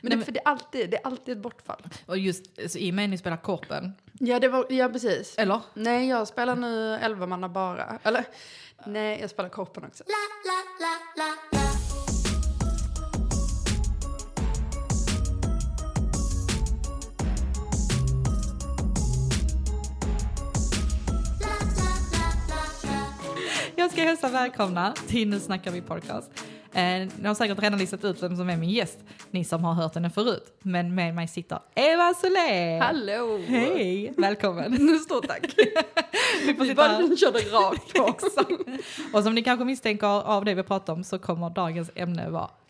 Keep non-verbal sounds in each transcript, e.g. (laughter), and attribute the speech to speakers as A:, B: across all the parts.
A: Men det, för det är, alltid, det är alltid ett bortfall.
B: Och just alltså, i och med att ni spelar korpen,
A: Ja, det var, ja precis.
B: eller?
A: Nej, jag spelar nu elvamanna bara. Eller, nej, jag spelar korpen också.
B: Jag ska hälsa välkomna till Nu snackar vi podcast. Eh, ni har säkert redan listat ut vem som är min gäst, ni som har hört henne förut. Men med mig sitter Eva Solé.
A: Hallå!
B: Hej! Välkommen.
A: Nu stort tack.
B: Vi
A: (laughs)
B: får
A: Vi
B: sitta här.
A: bara körde rakt på.
B: Och som ni kanske misstänker av det vi pratar om så kommer dagens ämne vara
A: (laughs)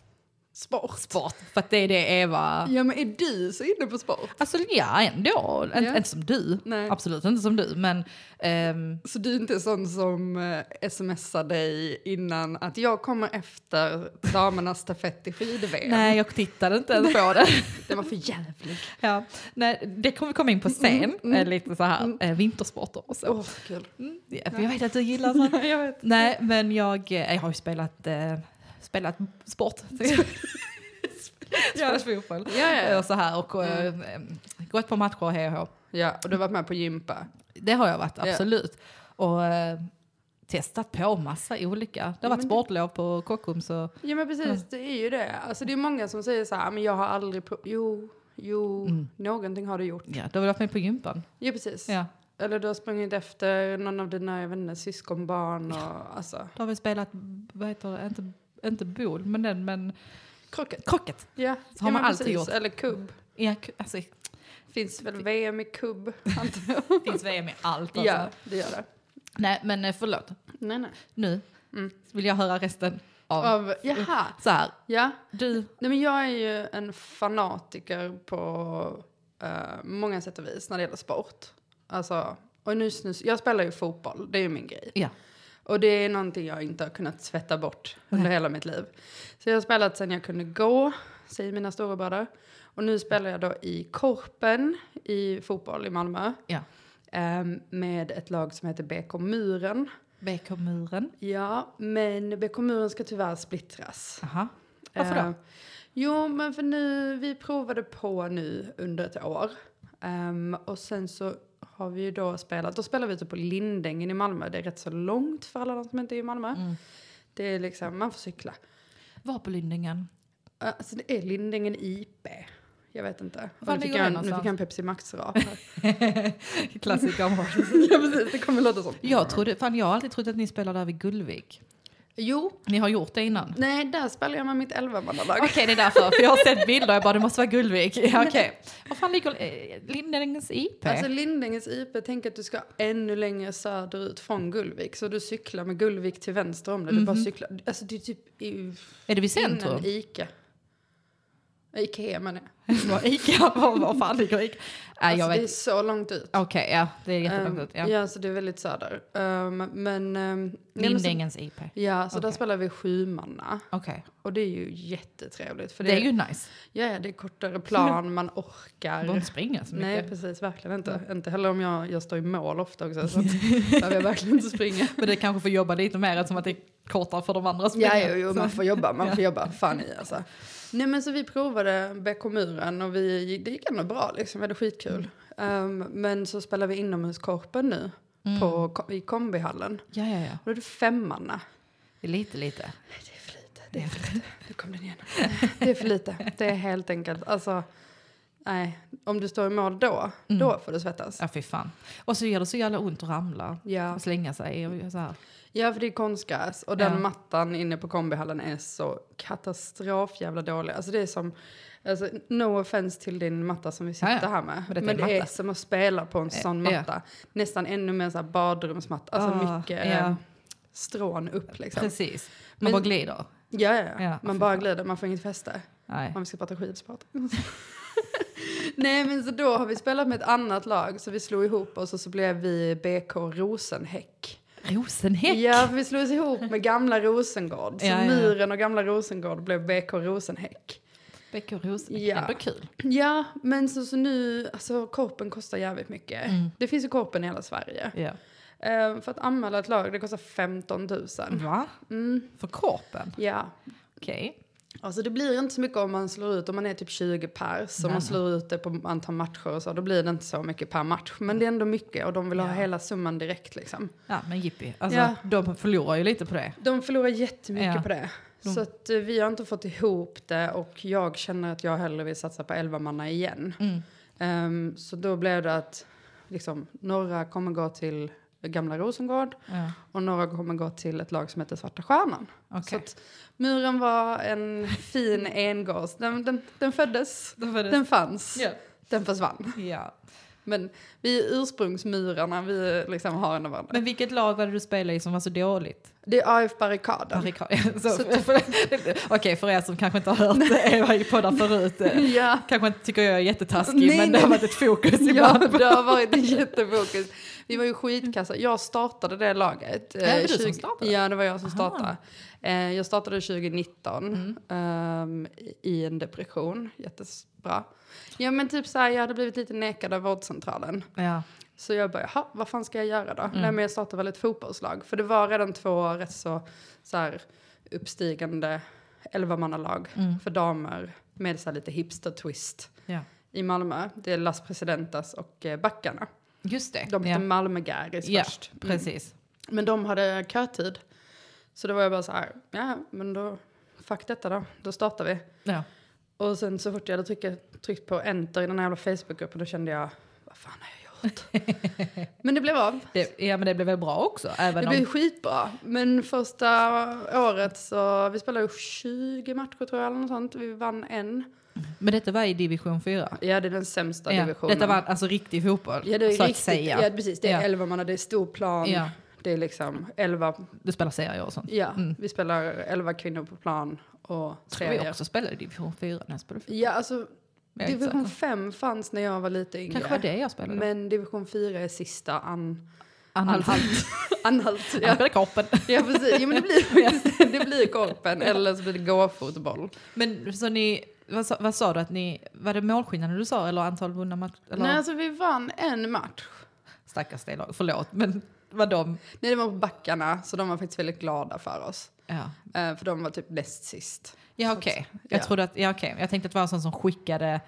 A: Sport.
B: sport. För att det är det Eva...
A: Ja, men är du så inne på sport?
B: Alltså ja, ändå. Inte-
A: Ja.
B: Inte som du.
A: Nej.
B: Absolut inte som du. Men ehm,
A: Så du är inte sån som eh, smsar dig innan att jag kommer efter damernas stafett i skid-VM?
B: nej, jag tittade
A: (laughs)
B: inte ens på det.
A: Det var för jävligt.
B: Ja, nej, det kommer vi komma
A: Mm,
B: in på sen, eh, lite så här eh, vintersporter och så.
A: Åh, vad kul.
B: Ja, för Jag vet att du
A: (laughs)
B: gillar sånt.
A: Oh. jag vet.
B: Nej, men jag, eh, jag har ju spelat, eh, spelat
A: (laughs)
B: sport. spelat fotboll.
A: Ja, ja, Mm. ja.
B: Och så här, och eh, gått på matcher och hej och hå.
A: Ja, och du har varit med på gympa.
B: Det har jag varit,
A: Ja.
B: absolut. Och eh, testat på massa olika. Det har varit sportlov på Kockums och
A: Ja, men precis. Det är ju det. Alltså, det är många som säger så här, "Ah, men jag har aldrig provat. Jo, jo, någonting har du gjort.
B: ja, du har varit med på gympan.
A: Ja, precis.
B: Mm. Ja.
A: Eller du har sprungit efter någon av dina jag vet inte, syskonbarn och alltså.
B: Då har vi spelat, vad heter det, inte, inte bol, men den, men
A: Krocket.
B: krocket.
A: Ja,
B: Så har
A: ja,
B: man
A: men
B: alltid
A: precis.
B: gjort.
A: Eller kubb.
B: Ja, k- alltså,
A: Finns väl VM i kubb, antar jag.
B: det finns VM i allt alltså.
A: Ja, det gör det.
B: Nej, men eh, förlåt.
A: Nej, nej.
B: Nu vill jag höra resten Mm. av...
A: Av, jaha,
B: Så här,
A: ja.
B: du...
A: Nej, men jag är ju en fanatiker på eh, många sätt och vis när det gäller sport. Alltså, och nu snus, jag spelar ju fotboll, det är ju min grej.
B: Ja.
A: Och det är någonting jag inte har kunnat svetta bort under hela mitt liv. Så jag har spelat sedan jag kunde gå, säger mina storebröder. Och nu spelar jag då i Korpen i fotboll i Malmö.
B: ja.
A: ehm, med ett lag som heter BK Muren.
B: BK-muren.
A: Ja, men BK Muren ska tyvärr splittras.
B: Aha. Varför då?
A: Eh, jo, men för nu, vi provade på nu under ett år. Ehm, och sen så har vi ju då spelat, då spelar vi ute på Lindängen i Malmö. Det är rätt så långt för alla de som inte är i Malmö.
B: Mm.
A: Det är liksom, man får cykla.
B: Var på (laughs) Lyndingen.
A: Eh, Alltså det är Lindängen IP. Jag vet inte. Och
B: Var
A: Nu fick,
B: ligger
A: jag,
B: det
A: en- nu fick
B: någonstans?
A: jag en Pepsi Max-rap. här.
B: (laughs) Klassiker.
A: ja, precis. Det kommer låta så.
B: jag, trodde, fan, jag har alltid trott att ni spelar där vid Gullvik.
A: Jo,
B: Ni har gjort det innan?
A: nej, där spelar jag med mitt elvamannalag.
B: (laughs) Okej, det är därför. För jag har sett bilder jag bara, det måste vara Gullvik. (laughs) Ja, Okej. Var fan ligger eh, Lindängens IP?
A: Alltså Lindängens IP, tänk att du ska ännu längre söderut från Gullvik. Så du cyklar med Gullvik till vänster om dig. Du bara cyklar. Alltså det är typ i,
B: är det vid
A: innan
B: Mhm. centrum?
A: Ica. Ja, Ikea menar jag.
B: (laughs) Var Ica? Var, var fan ligger Ica? Nej, jag
A: Alltså, det är
B: vet.
A: så långt ut. Ehm,
B: Okej, ja. Det är jättelångt ut.
A: ja.
B: Ja.
A: så det är väldigt söder. Um, men... Um, nej, men så,
B: Lindängens IP. Okej.
A: ja, så där
B: Okej.
A: spelar vi sjumanna. Och det är ju jättetrevligt. För
B: Det är ju nice.
A: ja, ja, det är kortare plan, man orkar.
B: Behöver inte springa så mycket.
A: Nej, precis. Verkligen inte. Inte heller om jag, jag står i mål ofta också.
B: (laughs)
A: Så att, behöver jag verkligen inte springa.
B: Men det kanske får jobba lite mer eftersom att det är kortare för de andra
A: Ja,
B: spelarna.
A: jo, jo, man får jobba, (laughs) man får jobba. Fan i alltså. Nej men så vi provade Beckomuren och vi, det gick ändå bra liksom, vi hade skitkul. Um, men så spelar vi inomhuskorpen nu på, i kombihallen.
B: Mm. ja, ja, ja.
A: Och då är det femmanna.
B: Det är Lite, lite.
A: Nej, det är för lite, det är för lite. (laughs) Nu kom den igen. Det är för lite, det är helt enkelt. Alltså, nej, om du står i mål då, då får du svettas.
B: Ja, fy fan. Och så gör det så jävla ont att ramla.
A: Ja.
B: Och slänga sig och så här.
A: Ja, för det är konstgräs och
B: Ja.
A: den mattan inne på kombihallen är så katastrof jävla dålig. Alltså det är som, alltså, no offense till din matta som vi sitter
B: Ja, ja.
A: här med.
B: Men detta
A: Men,
B: är
A: det
B: matta. Eh,
A: är som att spela på en sån
B: ja.
A: matta. Nästan ännu mer så här badrumsmatta. Alltså
B: Ah,
A: mycket
B: ja.
A: eh, strån upp liksom.
B: Precis. Man
A: Men-
B: bara glider.
A: Ja, ja, ja.
B: Ja,
A: man
B: fy
A: bara
B: fan. Eh.
A: glider, man får inget fäste.
B: Nej.
A: Om vi ska prata skidsport. (laughs) Nej men så då har vi spelat med ett annat lag så vi slog ihop oss och så blev vi BK Rosenhäck.
B: Rosenhäck.
A: Ja, för vi slogs ihop med gamla Rosengård. Så
B: Ja, ja, ja.
A: muren och gamla Rosengård blev BK Rosenhäck.
B: Bäck och Rosenhäck.
A: Ja.
B: Ändå kul.
A: Ja, men så, så nu, alltså korpen kostar jävligt mycket.
B: Mm.
A: Det finns ju korpen i hela Sverige.
B: Ja.
A: Ehm, för att anmäla
B: Mm.
A: ett lag, det kostar 15 000.
B: Va? För korpen?
A: Mm, Ja,
B: Okej.
A: Alltså det blir inte så mycket om man slår ut, om man är typ 20 pers, om man slår ut det på antal matcher och så, då blir det inte så mycket per match. Men det är ändå mycket och de vill ha
B: Ja.
A: hela summan direkt liksom.
B: Ja, men jippi. Alltså,
A: Ja.
B: De förlorar ju lite på det.
A: De förlorar jättemycket
B: Ja.
A: på det.
B: De-
A: Så att eh, vi har inte fått ihop det och jag känner att jag hellre vill satsa på 11 manna igen.
B: Mm.
A: Ehm, så då blev det att liksom, några kommer gå till gamla Rosengård
B: Ja.
A: och några kommer gå till ett lag som heter Svarta Stjärnan. Så
B: Okej.
A: att muren var en
B: (laughs)
A: fin engas. Den, den, den föddes, den fanns,
B: Ja.
A: den försvann.
B: ja.
A: Men vi är ursprungsmurarna, vi liksom har en av varandra.
B: Men vilket lag var det du spelade i som var så dåligt?
A: Det är AF Barrikaden.
B: Barrikad- Så- Okej, för er som kanske inte har hört Eva i poddar förut.
A: (laughs)
B: eh,
A: Ja.
B: Kanske inte tycker jag är jättetaskig,
A: Nej,
B: men det har
A: nej.
B: varit ett fokus
A: Ja,
B: ibland.
A: det har varit en jättefokus. Vi var ju skitkassa. Jag startade det laget.
B: det
A: eh,
B: du som startade?
A: Ja, det var jag som startade. Eh, Jag startade 2019
B: Mm.
A: ehm, i en depression. Jättebra. Ja, men typ så här, jag hade blivit lite nekad av vårdcentralen.
B: Ja.
A: Så jag bara, jaha, vad fan ska jag göra då?
B: Mm.
A: Nej, men jag startade väl ett fotbollslag. För det var redan två rätt så, så här, uppstigande elvamannalag
B: Mm.
A: för damer med så här lite hipster-twist
B: ja.
A: i Malmö. Det är Las Presidentas och eh, Backarna.
B: Just det.
A: De
B: ja.
A: hette Malmö Garis
B: ja,
A: först.
B: precis.
A: Men de hade kötid. Så då var jag bara så här, ja men då, fuck detta då, då startar vi.
B: Ja.
A: Och sen så fort jag hade tryckt, tryckt på enter i den här jävla Facebookgruppen då kände jag, vad fan har jag gjort?
B: (laughs)
A: men det blev av.
B: Det, ja, men det blev väl bra också? Även
A: Det
B: om,
A: blev skitbra. Men första året så, vi spelade 20 matcher tror jag eller något sånt. Vi vann en.
B: Men detta var i division 4?
A: Ja det är den sämsta
B: Ja.
A: divisionen.
B: Detta var alltså riktig fotboll,
A: Ja, det är
B: så att
A: riktigt.
B: säga.
A: Ja, precis. Det är
B: Ja.
A: elva manna, det är stor plan.
B: Ja.
A: Det är liksom elva,
B: Du spelar serier och sånt?
A: ja, vi spelar elva kvinnor på plan och
B: Tror jag
A: serier.
B: också spelade i division 4 när jag spelade fotboll.
A: Ja, alltså
B: Jag är inte
A: division
B: säker.
A: 5 fanns när jag var lite yngre.
B: Kanske var det jag spelade.
A: Men division 4 är sista an,
B: Anhalt. (laughs)
A: anhalt. anhalt,
B: Jag
A: ja.
B: spelade korpen.
A: ja precis. Jo men det
B: (laughs)
A: blir faktiskt- (laughs) det blir korpen eller så blir det gåfotboll.
B: Men så ni, vad sa, vad sa du att ni, var det målskillnaden du sa eller antal vunna matcher? Eller?
A: Nej alltså vi vann en match.
B: Stackars det lag, förlåt men vad de,
A: Nej det var på backarna så de var faktiskt väldigt glada för oss.
B: ja.
A: Eh, för de var typ näst sist.
B: Ja
A: Så att-
B: okej, jag
A: ja.
B: trodde att, ja okej, jag tänkte att det var en sån som skickade,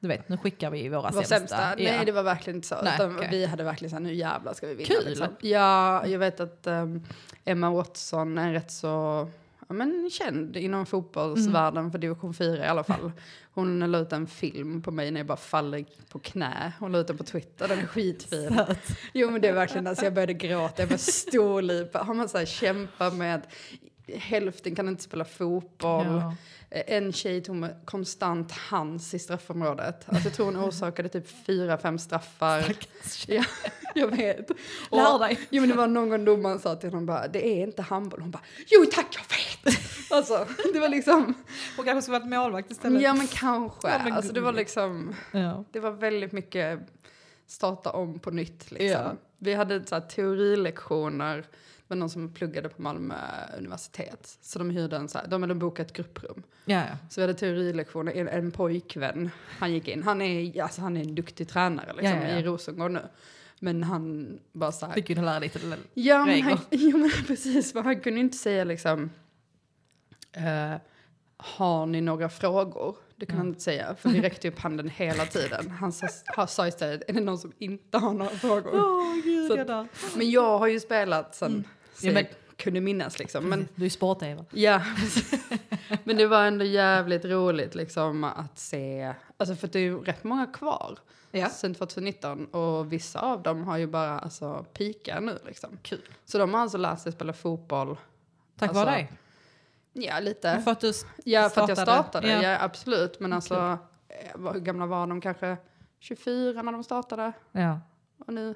B: du vet nu skickar vi våra
A: var
B: sämsta.
A: sämsta.
B: Ja.
A: Nej, det var verkligen inte så.
B: Nej,
A: utan
B: okej.
A: Vi hade verkligen så här, nu jävlar ska vi vinna.
B: Kul.
A: Liksom. Ja, jag vet att ehm, Emma Watson är rätt så ja, men, känd inom fotbollsvärlden för division 4 i alla fall. Hon la ut en film på mig när jag bara faller på knä. Hon la ut den på Twitter, den är skitfin.
B: Söt.
A: Jo men det är verkligen, alltså jag började gråta, jag var storlipa. Har man så här kämpat med hälften kan inte spela fotboll.
B: Ja.
A: Eh, En tjej tog med konstant hands i straffområdet. Alltså, jag tror hon orsakade typ fyra, fem straffar. Ja, jag vet. Och,
B: Lär dig.
A: Jo, men det var någon gång domaren sa till honom bara, det är inte handboll. Hon bara, jo tack jag vet. Alltså, det var liksom,
B: Och kanske skulle varit målvakt istället.
A: ja men kanske.
B: Ja, men
A: alltså, det var
B: gulligt.
A: liksom,
B: Ja.
A: det var väldigt mycket starta om på nytt liksom.
B: Ja.
A: Vi hade så här, teorilektioner. Det var någon som pluggade på Malmö universitet. Så de hyrde en så här, de hade bokat ett grupprum.
B: Ja, ja.
A: Så vi hade teorilektioner, en, en pojkvän, han gick in. Han är, alltså, han är en duktig tränare liksom,
B: Ja, ja, ja.
A: i Rosengård nu. Men han bara så här...
B: Fick ju lära lite.
A: Ja, men han, (laughs)
B: regler.
A: ja men precis, men han kunde ju inte säga liksom... eh, har ni några frågor? Det kunde han inte säga, för vi räckte upp handen hela tiden. Han sa, han sa istället, är det någon som inte har några frågor?
B: Åh gud,
A: Så-
B: jag dör.
A: Men jag har ju spelat sen, sen
B: Mm. Ja, men-
A: jag kunde minnas liksom. Men
B: Du är sport-Eva.
A: Ja, precis. (laughs) men det var ändå jävligt roligt liksom att se. Alltså för att det är ju rätt många kvar
B: Ja.
A: sen 2019 och vissa av dem har ju bara alltså pikar nu liksom.
B: Kul.
A: Så de har alltså lärt sig spela fotboll.
B: Tack
A: Alltså, eh.
B: vare dig.
A: Ja, lite.
B: För att du
A: ja, för att jag
B: startade.
A: startade.
B: Ja.
A: Ja, absolut. Men alltså, eh, vad- hur gamla var de? Kanske 24 när de startade
B: Ja.
A: och nu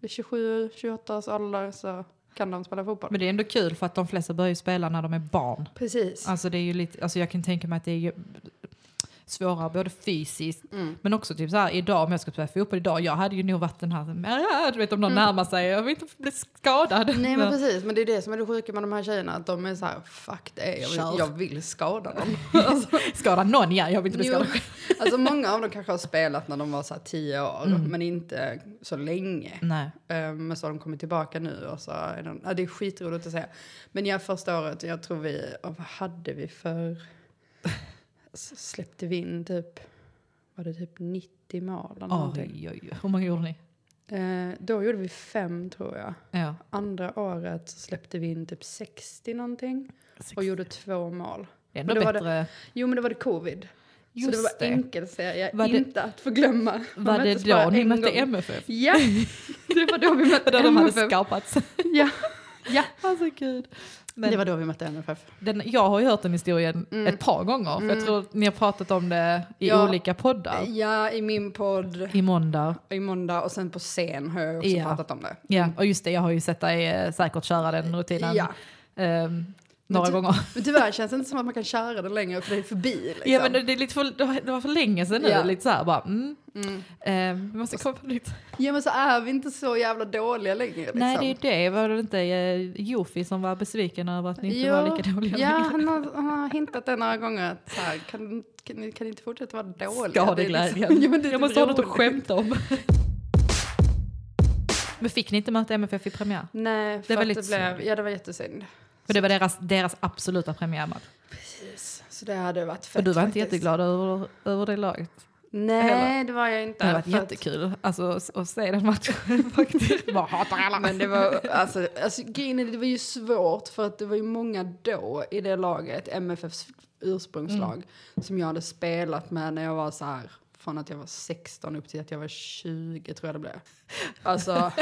A: vid 27, 28 års ålder så kan de spela fotboll.
B: Men det är ändå kul för att de flesta börjar ju spela när de är barn.
A: Precis.
B: Alltså det är ju lite, alltså jag kan tänka mig att det är ju svårare både fysiskt
A: Mm.
B: men också typ så här idag om jag ska spela fotboll idag, jag hade ju nog varit den här, "Ah, du vet om någon närmar sig, jag vill inte bli skadad.
A: Mm. Nej men precis, men det är det som är det sjuka med de här tjejerna. Att de är så här, fuck det, jag
B: Kör.
A: vill, jag vill skada (laughs) dem.
B: Skada någon, ja, jag vill inte bli
A: Jo,
B: skadad.
A: (laughs) alltså många av dem kanske har spelat när de var så här tio år, men inte så länge.
B: Nej.
A: Ehm, Men så har de kommit tillbaka nu och så är de, ja, det är skitroligt att säga. Men ja, första året, jag tror vi, ja, vad hade vi för... s- släppte vi in typ, var det typ 90 mål eller någonting.
B: Oj, oj, oj. Hur många gjorde ni?
A: Eh, då gjorde vi fem tror jag.
B: Ja.
A: Andra året så släppte vi in typ 60 någonting och gjorde två mål.
B: det är ändå
A: men då var
B: bättre.
A: Jo men då var det covid.
B: Just
A: så det var
B: det.
A: enkelserie,
B: Var det-
A: inte att förglömma.
B: Var
A: Man möttes
B: det
A: bara
B: då ni
A: en
B: mötte
A: gång.
B: MFF?
A: (laughs) Ja, det var då vi
B: (laughs)
A: mötte
B: Där de hade
A: MFF.
B: skapats.
A: Ja. Ja.
B: (laughs) Alltså gud. Men
A: Det var då vi mötte MFF.
B: den, jag har ju hört den historien ett par gånger. För jag tror att ni har pratat om det i
A: Mm. Ja.
B: olika poddar.
A: Ja, i min podd
B: I måndag.
A: i måndag och sen på scen har jag också
B: Ja.
A: pratat om det.
B: Ja, och just det, jag har ju sett dig eh, säkert köra den rutinen
A: Mm. Ja.
B: ehm, några
A: Men ty-
B: gånger. (laughs)
A: Men tyvärr känns det inte som att man kan köra det längre för det är förbi liksom.
B: Ja men det, det, är lite för, det var- det var för länge sedan nu,
A: Ja.
B: lite såhär bara mm. ehm, vi måste komma
A: (laughs)
B: på nytt.
A: Ja, men så är vi inte så jävla dåliga längre liksom.
B: Nej det är ju det, var det inte eh, Jofi som var besviken över att ni inte
A: Ja,
B: var lika dåliga (laughs)
A: Ja,
B: längre?
A: han har, han har hintat det några gånger. att Så här, kan, kan, ni- kan ni inte fortsätta vara dåliga?
B: Skadeglädjen.
A: Det är liksom- (laughs) Ja, men det är typ
B: jag måste ha något att
A: roligt.
B: skämta om. (laughs) men fick ni inte möta MFF i premiär?
A: Nej, för
B: var
A: att
B: lite
A: det blev, ja det var jättesynd.
B: För det var deras, deras absoluta premiärmatch.
A: Precis. Så det hade varit fett
B: Och du var inte
A: faktiskt.
B: jätteglad över, över det laget?
A: Nej, det var jag inte.
B: Det hade varit
A: för att-
B: jättekul alltså, s- att se den matchen (laughs) faktiskt. Bara hatar alla.
A: Men det var, alltså, alltså grejen är, det var ju svårt för att det var ju många då i det laget, MFFs ursprungslag,
B: Mm.
A: som jag hade spelat med när jag var så här, från att jag var 16 upp till att jag var 20 tror jag det blev. Alltså,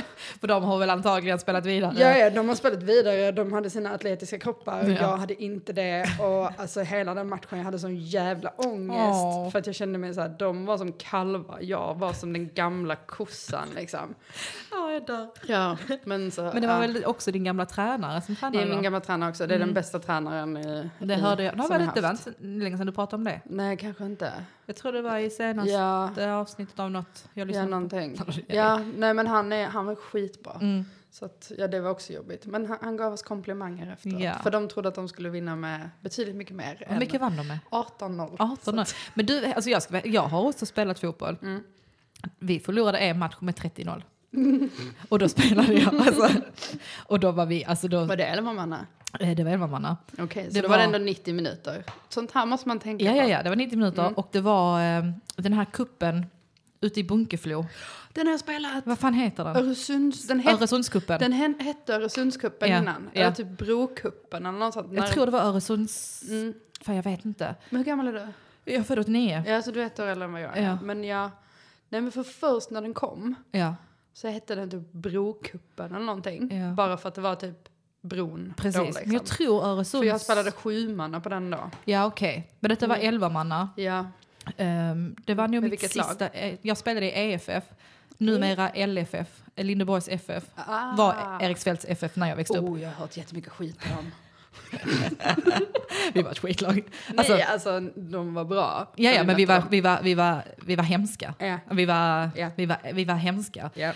B: För de har väl antagligen spelat vidare.
A: ja, ja, de har spelat vidare, de hade sina atletiska kroppar,
B: Eh. Ja.
A: jag hade inte det. Och alltså hela den matchen, jag hade sån jävla ångest.
B: Åh.
A: För att jag kände mig så här, de var som kalvar, jag var som den gamla kossan liksom.
B: Ja, jag dör.
A: Ja, men så.
B: Men det var
A: ja.
B: väl också din gamla tränare som tränade?
A: Det är min
B: va?
A: gamla tränare också. Det är den bästa tränaren i,
B: det
A: i,
B: hörde jag. Nej,
A: som
B: var det
A: jag
B: inte
A: haft.
B: vänt länge sedan du pratade om det?
A: Nej, kanske inte.
B: Jag tror det var i senaste
A: Ja,
B: avsnittet av något jag
A: ja,
B: lyssnade på. (laughs)
A: någonting.
B: Ja, det-
A: Ja, nej men han, är, han var skitbra.
B: Mm.
A: Så att, ja, det var också jobbigt. Men han, han gav oss komplimanger efteråt.
B: Ja.
A: För de trodde att de skulle vinna med betydligt mycket mer
B: Hur
A: än
B: mycket vann de med?
A: 18-0.
B: 18 år. Men du, alltså jag, ska, vä- jag har också spelat fotboll.
A: Mm.
B: Vi förlorade en match med 30-0. (laughs) och då spelade jag. Alltså, och då var vi, alltså då,
A: Var det eller var man är?
B: eh, det var elvamanna.
A: Okej, så det
B: Det
A: då var det
B: var-
A: ändå 90 minuter. Sånt här måste man tänka
B: Ja, ja,
A: på.
B: ja, det var 90 minuter
A: Mm.
B: och det var eh, den här kuppen ute i Bunkeflo.
A: Den har jag spelat.
B: Vad fan heter den?
A: Öresunds... Den, het,
B: Öresundskuppen.
A: den hen- hette Öresundscupen
B: Ja,
A: innan.
B: ja.
A: Eller typ Brokuppen eller något sånt.
B: Jag
A: När-
B: tror det var Öresunds...
A: Mm.
B: Fan, jag vet inte.
A: Men hur gammal är du?
B: Jag är född 89.
A: Ja, så du är ett år äldre än vad jag är.
B: Ja.
A: Men jag... Nej, men för först när den kom
B: Ja,
A: så hette den typ Brokuppen eller någonting.
B: Ja.
A: Bara för att det var typ bron
B: precis.
A: då liksom.
B: Men jag tror
A: För
B: Öresunds...
A: jag spelade Mm. sjumanna på den då.
B: Ja, okej. Men detta var elvamanna.
A: Ja,
B: Ehm, det var
A: Med
B: nog mitt
A: vilket
B: sista... eh, Jag spelade i EFF, numera LFF, eh, Lindeborgs FF.
A: Ah.
B: Var Eriksfälts FF när jag växte upp.
A: oh, jag har hört jättemycket skit om dem.
B: Vi var ett (laughs) skitlag. Alltså,
A: Nej, alltså de var bra.
B: ja, ja, men vi var,
A: mötte
B: vi, var, vi, var, vi var hemska.
A: dem. Ja.
B: Vi var,
A: Ja.
B: vi var, vi var hemska.
A: Ja.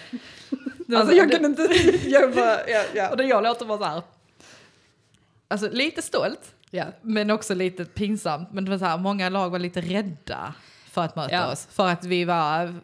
B: Det var-
A: Alltså jag kan inte... (laughs) Jag bara, ja,
B: det, och
A: ja.
B: det jag låter bara så här... Alltså lite stolt,
A: ja.
B: men också lite pinsamt. Men det var så här, många lag var lite rädda för att möta
A: Ja.
B: oss. För att vi var...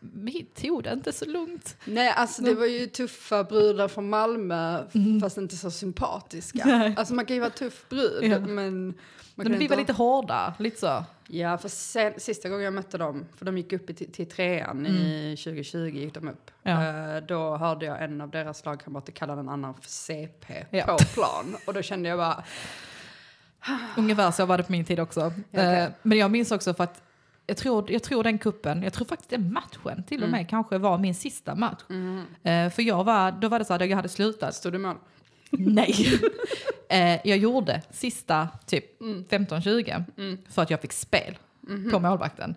B: Vi tog det inte så lugnt.
A: Nej, alltså det var ju tuffa brudar från Malmö fast inte så sympatiska.
B: Nej.
A: Alltså man kan ju vara tuff brud
B: Ja.
A: men... Man kan
B: Men vi
A: inte
B: var lite hårda, lite så.
A: Ja, för sen, sista gången jag mötte dem, för de gick upp i, till, till trean i 2020, gick de upp.
B: Ja.
A: Eh, då hörde jag en av deras lagkamrater kalla den annan för CP
B: Ja.
A: på plan. Och då kände jag bara,
B: Ungefär så var det på min tid också.
A: okej.
B: Eh, Men jag minns också för att jag tror, jag tror den kuppen, jag tror faktiskt den matchen till och med kanske var min sista match. Eh, För jag var, då var det så här, jag hade slutat.
A: stod du i mål?
B: Nej. (laughs) Eh, jag gjorde sista typ 15-20 för att jag fick spel på målvakten.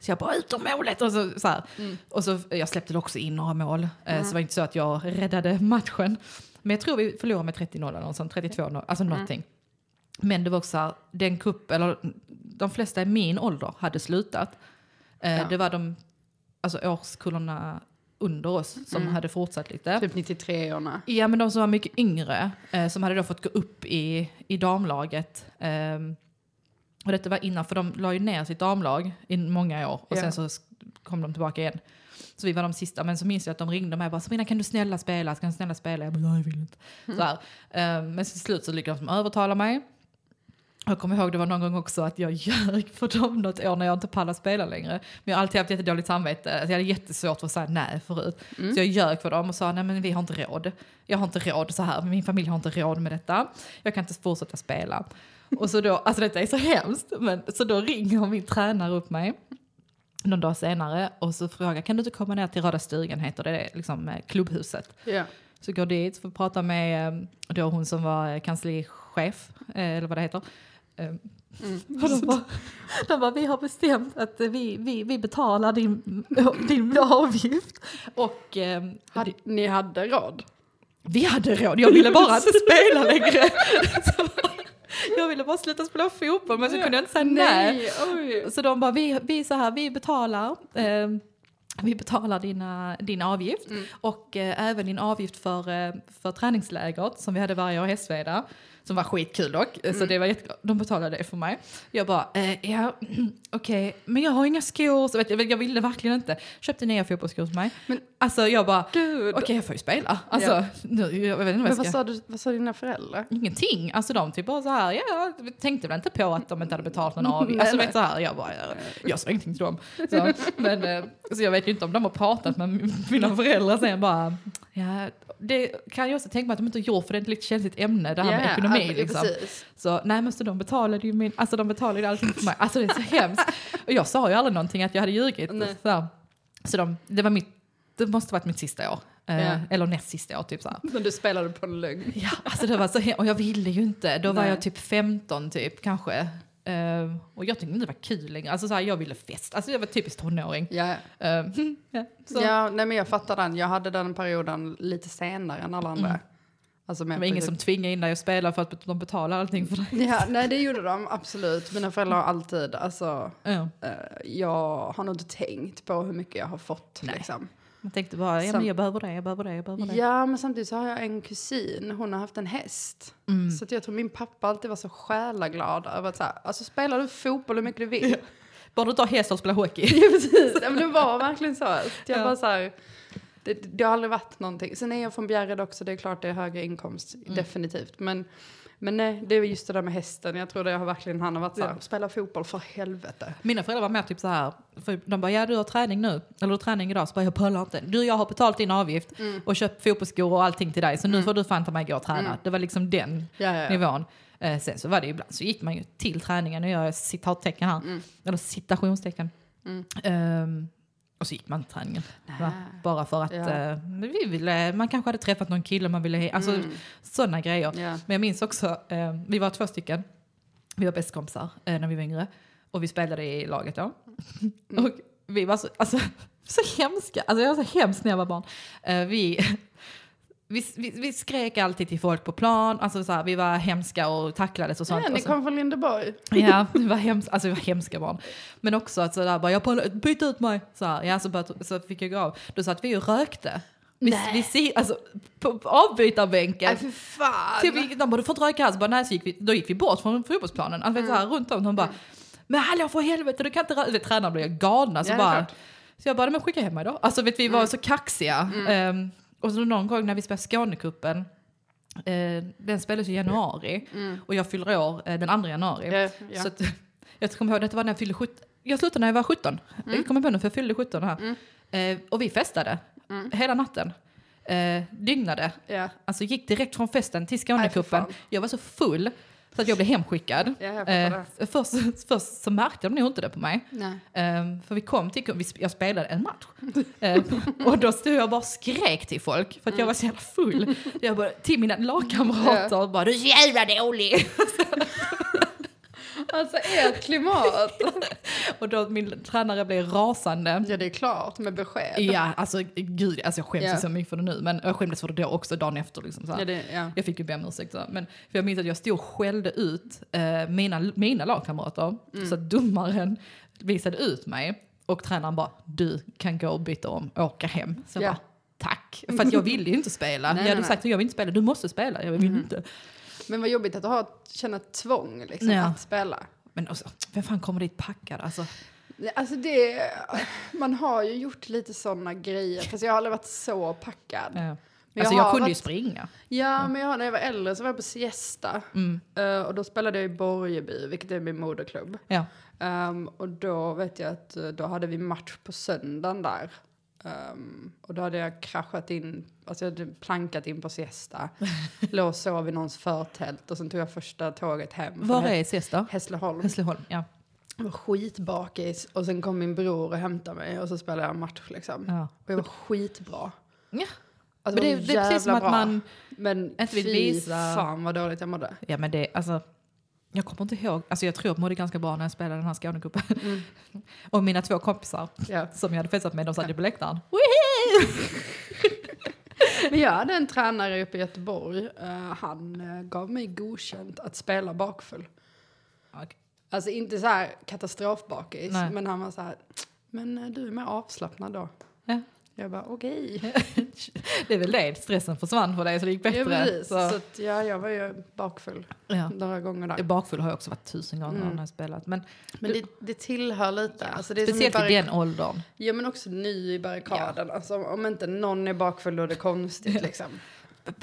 B: Så jag bara ut och målet och så, så här. Och så eh, jag släppte det också in några mål. Eh, Så det var inte så att jag räddade matchen. Men jag tror vi förlorade med 30-0 eller något sånt, 32-0, alltså någonting. Men det var också så här, den kupp, eller mm, de flesta i min ålder hade slutat. Eh,
A: Ja.
B: Det var de alltså, årskullarna under oss som hade fortsatt lite.
A: Typ 93-orna.
B: Ja, men de som var mycket yngre, eh, som hade då fått gå upp i, i damlaget. Ehm, och detta var innan, för de la ju ner sitt damlag i många år och
A: Ja.
B: sen så s- kom de tillbaka igen. Så vi var de sista, men så minns jag att de ringde mig och bara “Sabrina kan du snälla spela, kan du snälla spela?” Jag bara “Nej, jag vill inte”. Så här. Ehm, men till slut så lyckades de övertala mig. Jag kommer ihåg det var någon gång också att jag ljög för dem något år när jag inte pallade spela längre. Men jag har alltid haft jättedåligt samvete. Alltså jag hade jättesvårt för att säga nej förut. Så jag ljög för dem och sa nej men vi har inte råd. Jag har inte råd så här, min familj har inte råd med detta. Jag kan inte fortsätta spela. Och så då, alltså detta är så hemskt, men så då ringer min tränare upp mig någon dag senare och så frågar kan du inte komma ner till Röda stugan heter det, liksom eh, klubbhuset.
A: Ja.
B: Så går dit för att prata med eh, då hon som var eh, kanslichef, eh, eller vad det heter. Eh, (laughs) Och de, bara, de bara, vi har bestämt att eh, vi, vi, vi betalar din, din avgift. Och eh,
A: Hade, ni hade råd?
B: vi hade råd, jag ville bara inte (laughs) spela längre. Så, jag ville bara sluta spela fotboll men så kunde jag inte säga nej.
A: oj.
B: Så de bara, vi, vi, är så här, vi betalar, eh, vi betalar dina, din avgift
A: Mm.
B: och eh, även din avgift för, eh, för träningslägret som vi hade varje år i Hästveda. Som var skitkul dock, eh,
A: Mm.
B: så det var jätteglad. de betalade det för mig. Jag bara, eh, ja (clears throat) okej, men jag har inga skor, så vet jag, jag ville verkligen inte. Köpte nya fotbollsskor till mig.
A: Men-
B: alltså jag bara, okej
A: Gud.
B: jag får ju spela. Alltså,
A: Ja.
B: nu, jag vet inte vad
A: Men
B: jag
A: vad
B: ska...
A: sa, du, vad sa dina föräldrar?
B: Ingenting. Alltså de typ bara så här, ja, jag tänkte väl inte på att de inte hade
A: (laughs)
B: betalat någon avgift. Alltså vet så här, jag bara, ja, jag sa ingenting till dem. Så, men, eh, så jag vet ju inte om de har pratat med mina föräldrar sen bara, ja, det kan jag också tänka mig att de inte har gjort för det är ett lite känsligt ämne det här med
A: Ja,
B: ekonomi
A: alltså,
B: liksom.
A: precis.
B: Så nej men så de betalade ju min, alltså de betalade ju allting för mig. Alltså det är så hemskt. Och jag sa ju aldrig någonting att jag hade ljugit.
A: Nej.
B: Så, här. så de, det var mitt, det måste varit mitt sista år. Eh,
A: Ja.
B: Eller näst sista år typ så här.
A: När du spelade på en lögn.
B: Ja, alltså det var så he- och jag ville ju inte. Då var
A: Nej.
B: jag typ 15 typ kanske. Eh, och jag tyckte inte det var kul längre. Alltså så här, jag ville fest. Alltså jag var typiskt tonåring.
A: Ja,
B: Eh, (laughs) ja, så.
A: ja nej, men jag fattar den. Jag hade den perioden lite senare än alla andra. Alltså,
B: Mm. Det
A: mer
B: var
A: på
B: ingen
A: typ-
B: som tvingade in dig att spela för att de betalar allting för dig.
A: Ja, nej, det gjorde de absolut. Mina föräldrar har alltid... Alltså,
B: Ja.
A: eh, jag har nog inte tänkt på hur mycket jag har fått. Liksom.
B: Man tänkte bara, ja, men
A: Som-
B: jag behöver det, jag behöver det, jag behöver det.
A: Ja, men samtidigt så har jag en kusin. Hon har haft en häst. Så att jag tror min pappa alltid var så själaglad över att så här, alltså spelar du fotboll hur mycket du vill.
B: Bara du tar häst och spelar hockey.
A: (laughs) Ja, precis. Ja, men det var verkligen så. Att Jag
B: Ja.
A: bara så här, det, det har aldrig varit någonting. Sen är jag från Bjärred också, det är klart det är högre inkomst, definitivt. Men, men nej, det är just det där med hästen. Jag tror det har verkligen han har varit så här, spela fotboll för helvete.
B: Mina föräldrar var mer typ så här, för de bara ja du har träning nu, eller du har träning idag, så bara jag pallar inte. Du jag har betalt din avgift och köpt fotbollsskor och allting till dig så nu får du fan ta mig gå och träna. Det var liksom den
A: Ja, ja, ja.
B: nivån. Eh, sen så var det ju ibland så gick man ju till träningen, nu gör jag citattecken här, eller citationstecken. Ehm, och så gick man till träningen. Va? Bara för att
A: Ja.
B: eh, men vi ville, man kanske hade träffat någon kille man ville he- alltså sådana grejer.
A: Ja.
B: Men jag minns också, eh, vi var två stycken, vi var bästkompisar eh, när vi var yngre och vi spelade i laget då.
A: Mm.
B: och vi var så, alltså, (laughs) så hemska, alltså jag var så hemsk när jag var barn. Eh, vi, (laughs) vi, vi, vi skrek alltid till folk på plan, alltså så här, vi var hemska och tacklades och sånt.
A: Ja,
B: och
A: ni
B: så-
A: kom från Lindeborg.
B: (laughs) Ja, vi var, hems- alltså, vi var hemska barn. Men också att sådär bara, jag pallar- byt ut mig. Så, här, ja, så, började, så fick jag gå av. Då satt vi och rökte. Vi,
A: Nej. Alltså,
B: vi, si- alltså, på på avbytarbänken.
A: Nej, för fan.
B: Typ, vi- de bara, du får inte röka här. Så bara, nej, så gick vi, då gick vi bort från fotbollsplanen. Alltså, mm. så här, runt om. De bara, men hallå för helvete, du kan inte röka. Tränarna blev galna. Så,
A: Ja, det är
B: bara,
A: klart. Mm.
B: så jag bara, men skicka hem mig då. Alltså vet vi var så kaxiga. Ehm, och så någon gång när vi spelade Skånecupen, eh, den spelades i januari och jag fyller år eh, den 2 januari.
A: Mm. Ja, ja.
B: Så att, jag kommer ihåg, det var när jag fyllde 17. Jag slutade när jag var 17.
A: Mm.
B: Jag kommer på nu för jag fyllde 17 här. Eh, och vi festade
A: Mm.
B: hela natten. Eh, dygnade.
A: Ja.
B: Alltså gick direkt från festen till
A: Nej,
B: Skånecupen.
A: för fan.
B: Jag var så full så att jag blev hemskickad.
A: Ja, jag fattar
B: eh, först, först så märkte de nog inte det på mig.
A: Nej.
B: Ehm, för vi kom till, vi, sp- jag spelade en match. Ehm,
A: (laughs)
B: och då stod jag bara och skrek till folk för att jag var så jävla full. Jag bara, till mina lagkamrater bara, du är så jävla dålig. (laughs)
A: Alltså ert klimat.
B: Och då min tränare blev rasande.
A: (laughs) ja, det är klart med besked.
B: Ja, alltså gud, alltså jag skäms
A: Ja.
B: ju så mycket för det nu. Men jag skämdes för det då också, dagen efter liksom. Så här.
A: Ja, det, ja.
B: Jag fick ju be om ursäkt. så här. Men för jag minns att jag stod och skällde ut eh, mina, mina lagkamrater.
A: Mm.
B: Så att domaren visade ut mig. Och tränaren bara, du kan gå och byta om, åka hem. Så jag
A: Ja.
B: bara, tack. För att jag ville ju inte
A: (laughs)
B: spela.
A: Nej,
B: jag hade
A: nej, Mm.
B: sagt, jag vill inte spela, du måste spela. Jag vill inte.
A: Men vad jobbigt att ha, ett- känna ett tvång liksom,
B: Ja.
A: att spela.
B: Men också, vem fan kommer dit packad? Alltså,
A: Alltså det, man har ju gjort lite sådana grejer. Fast jag har aldrig varit så packad.
B: eh,
A: Men
B: alltså jag
A: har
B: kunde ju
A: varit-
B: springa.
A: Ja, men jag, när jag var äldre så var jag på siesta. Eh, och då spelade jag i Borgeby, vilket är min moderklubb.
B: Ja.
A: Ehm, och då vet jag att eh, då hade vi match på söndagen där. Ehm, och då hade jag kraschat in, alltså jag hade plankat in på
B: (laughs)
A: siesta. låg och sov i någons förtält och sen tog jag första tåget hem. från
B: Var
A: Hä-
B: är Sesta?
A: Hässleholm.
B: Hässleholm, ja.
A: Jag var skitbakis och sen kom min bror och hämtade mig och så spelade jag match liksom.
B: ja.
A: Och jag var skitbra.
B: ja.
A: Alltså,
B: Men det,
A: jag var
B: det är
A: jävla
B: precis som att
A: bra.
B: man...
A: Men
B: inte vill
A: fy
B: visa-
A: fan vad dåligt jag mådde.
B: Ja men det, alltså, jag kommer inte ihåg, alltså jag tror jag mådde ganska bra när jag spelade den här Skånecupen.
A: Mm.
B: (laughs) Och mina två kompisar
A: Ja.
B: som jag hade festat med, de satt ju på läktaren.
A: Men jag hade en tränare uppe i Göteborg. Eh, han eh, gav mig godkänt att spela bakfull.
B: Okej.
A: Alltså inte så här katastrofbakis,
B: Nej.
A: men han var så här, men eh, du är mer avslappnad då.
B: Ja.
A: Jag bara
B: (laughs)
A: okej.
B: Det är väl det, stressen försvann för dig så det gick
A: Ja,
B: bättre.
A: precis.
B: så,
A: Så att, ja, jag var ju bakfull
B: ja.
A: några gånger där.
B: Bakfull har jag också varit tusen gånger när jag har spelat. Men,
A: Men Mm. det, det tillhör lite. Alltså det är
B: speciellt
A: som i
B: i
A: barrik-
B: den åldern.
A: ja, men också ny i barrikaden. Alltså, om inte någon är bakfull då är det konstigt liksom.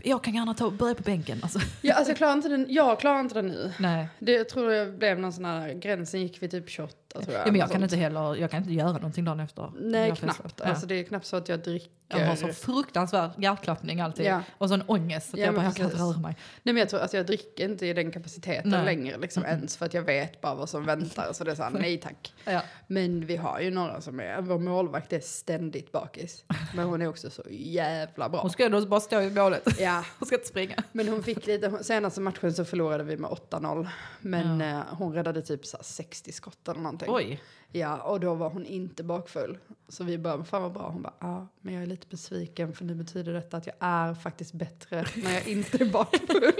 B: Jag kan gärna ta, börja på bänken. Alltså.
A: Ja, alltså, jag, klarar inte den, jag klarar inte den nu.
B: Nej.
A: Det, jag tror jag blev någon sån här, gränsen gick vid typ 28 tror (laughs) jag.
B: Ja, men jag
A: Något
B: kan
A: sånt.
B: inte heller, jag kan inte göra någonting dagen efter.
A: Nej,
B: Jag festar.
A: knappt.
B: Ja.
A: Alltså, det är knappt så att jag dricker.
B: jag har så fruktansvärd hjärtklappning alltid.
A: Ja.
B: Och sån ångest att
A: Ja,
B: jag
A: men
B: bara, jag kan inte
A: precis.
B: röra mig.
A: Nej, men jag tror att jag dricker inte i den kapaciteten
B: Nej.
A: längre liksom, ens för att jag vet bara vad som väntar. Så det är
B: (laughs)
A: såhär, nej tack.
B: Ja.
A: Men vi har ju några som är, vår målvakt är ständigt bakis. Men hon är också så jävla bra.
B: Hon ska då bara stå i målet.
A: Ja,
B: (laughs) Hon ska inte springa.
A: men hon fick lite, senaste matchen så förlorade vi med 8-0. Men eh, hon räddade typ så här 60 skott eller någonting.
B: Oj.
A: Ja, och då var hon inte bakfull. Så vi bara, fan vad bra. Hon bara, ja, men jag är lite besviken för nu betyder detta att jag är faktiskt
B: (laughs)
A: bättre när jag inte är bakfull.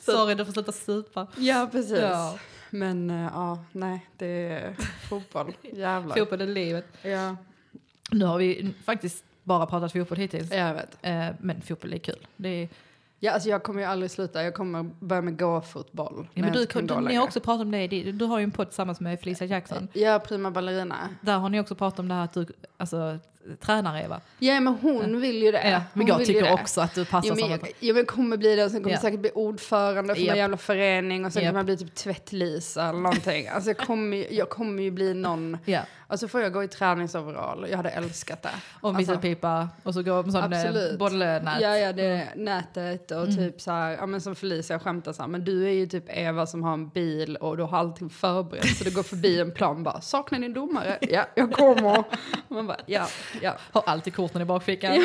B: Sorry, du får sluta supa.
A: ja, precis.
B: Ja.
A: Men eh, ja, nej, det är fotboll. Jävlar.
B: Fotboll är livet.
A: Ja,
B: Nu har vi faktiskt bara pratat fotboll hittills.
A: jag vet.
B: Eh, Men fotboll är kul. Det är,
A: Ja, alltså jag kommer ju aldrig sluta. Jag kommer börja med gåfotboll. när
B: ja, men
A: jag
B: du,
A: inte kan
B: du,
A: gå
B: ni
A: längre.
B: har också pratat om det, i- du har ju en podd tillsammans med Felicia Jackson.
A: Ja, prima ballerina.
B: Där har ni också pratat om det här att du alltså, tränar Eva.
A: Ja, men hon vill ju det.
B: Ja, men
A: Hon
B: jag
A: vill ju
B: tycker
A: det.
B: också att du passar
A: Jo men,
B: som
A: jag, jo, men jag kommer bli det och sen kommer
B: Alltså, Ja.
A: jag säkert bli ordförande för
B: Japp.
A: någon jävla förening och sen
B: Japp.
A: kommer jag bli typ tvättlisa eller någonting. Alltså jag kommer, ju- jag kommer ju bli någon,
B: Ja,
A: och så får jag gå i träningsoverall, jag hade älskat det.
B: och
A: Alltså,
B: visselpipa och så går man sån eh,
A: Absolut.
B: bollnät. Mm.
A: Ja, ja, det är nätet och typ så här, ja men som Felicia skämtar så här, men du är ju typ Eva som har en bil och du har allting förberett så du går förbi en plan bara, saknar ni en domare? Ja, jag kommer. Och man bara, ja, ja.
B: Har alltid korten i bakfickan.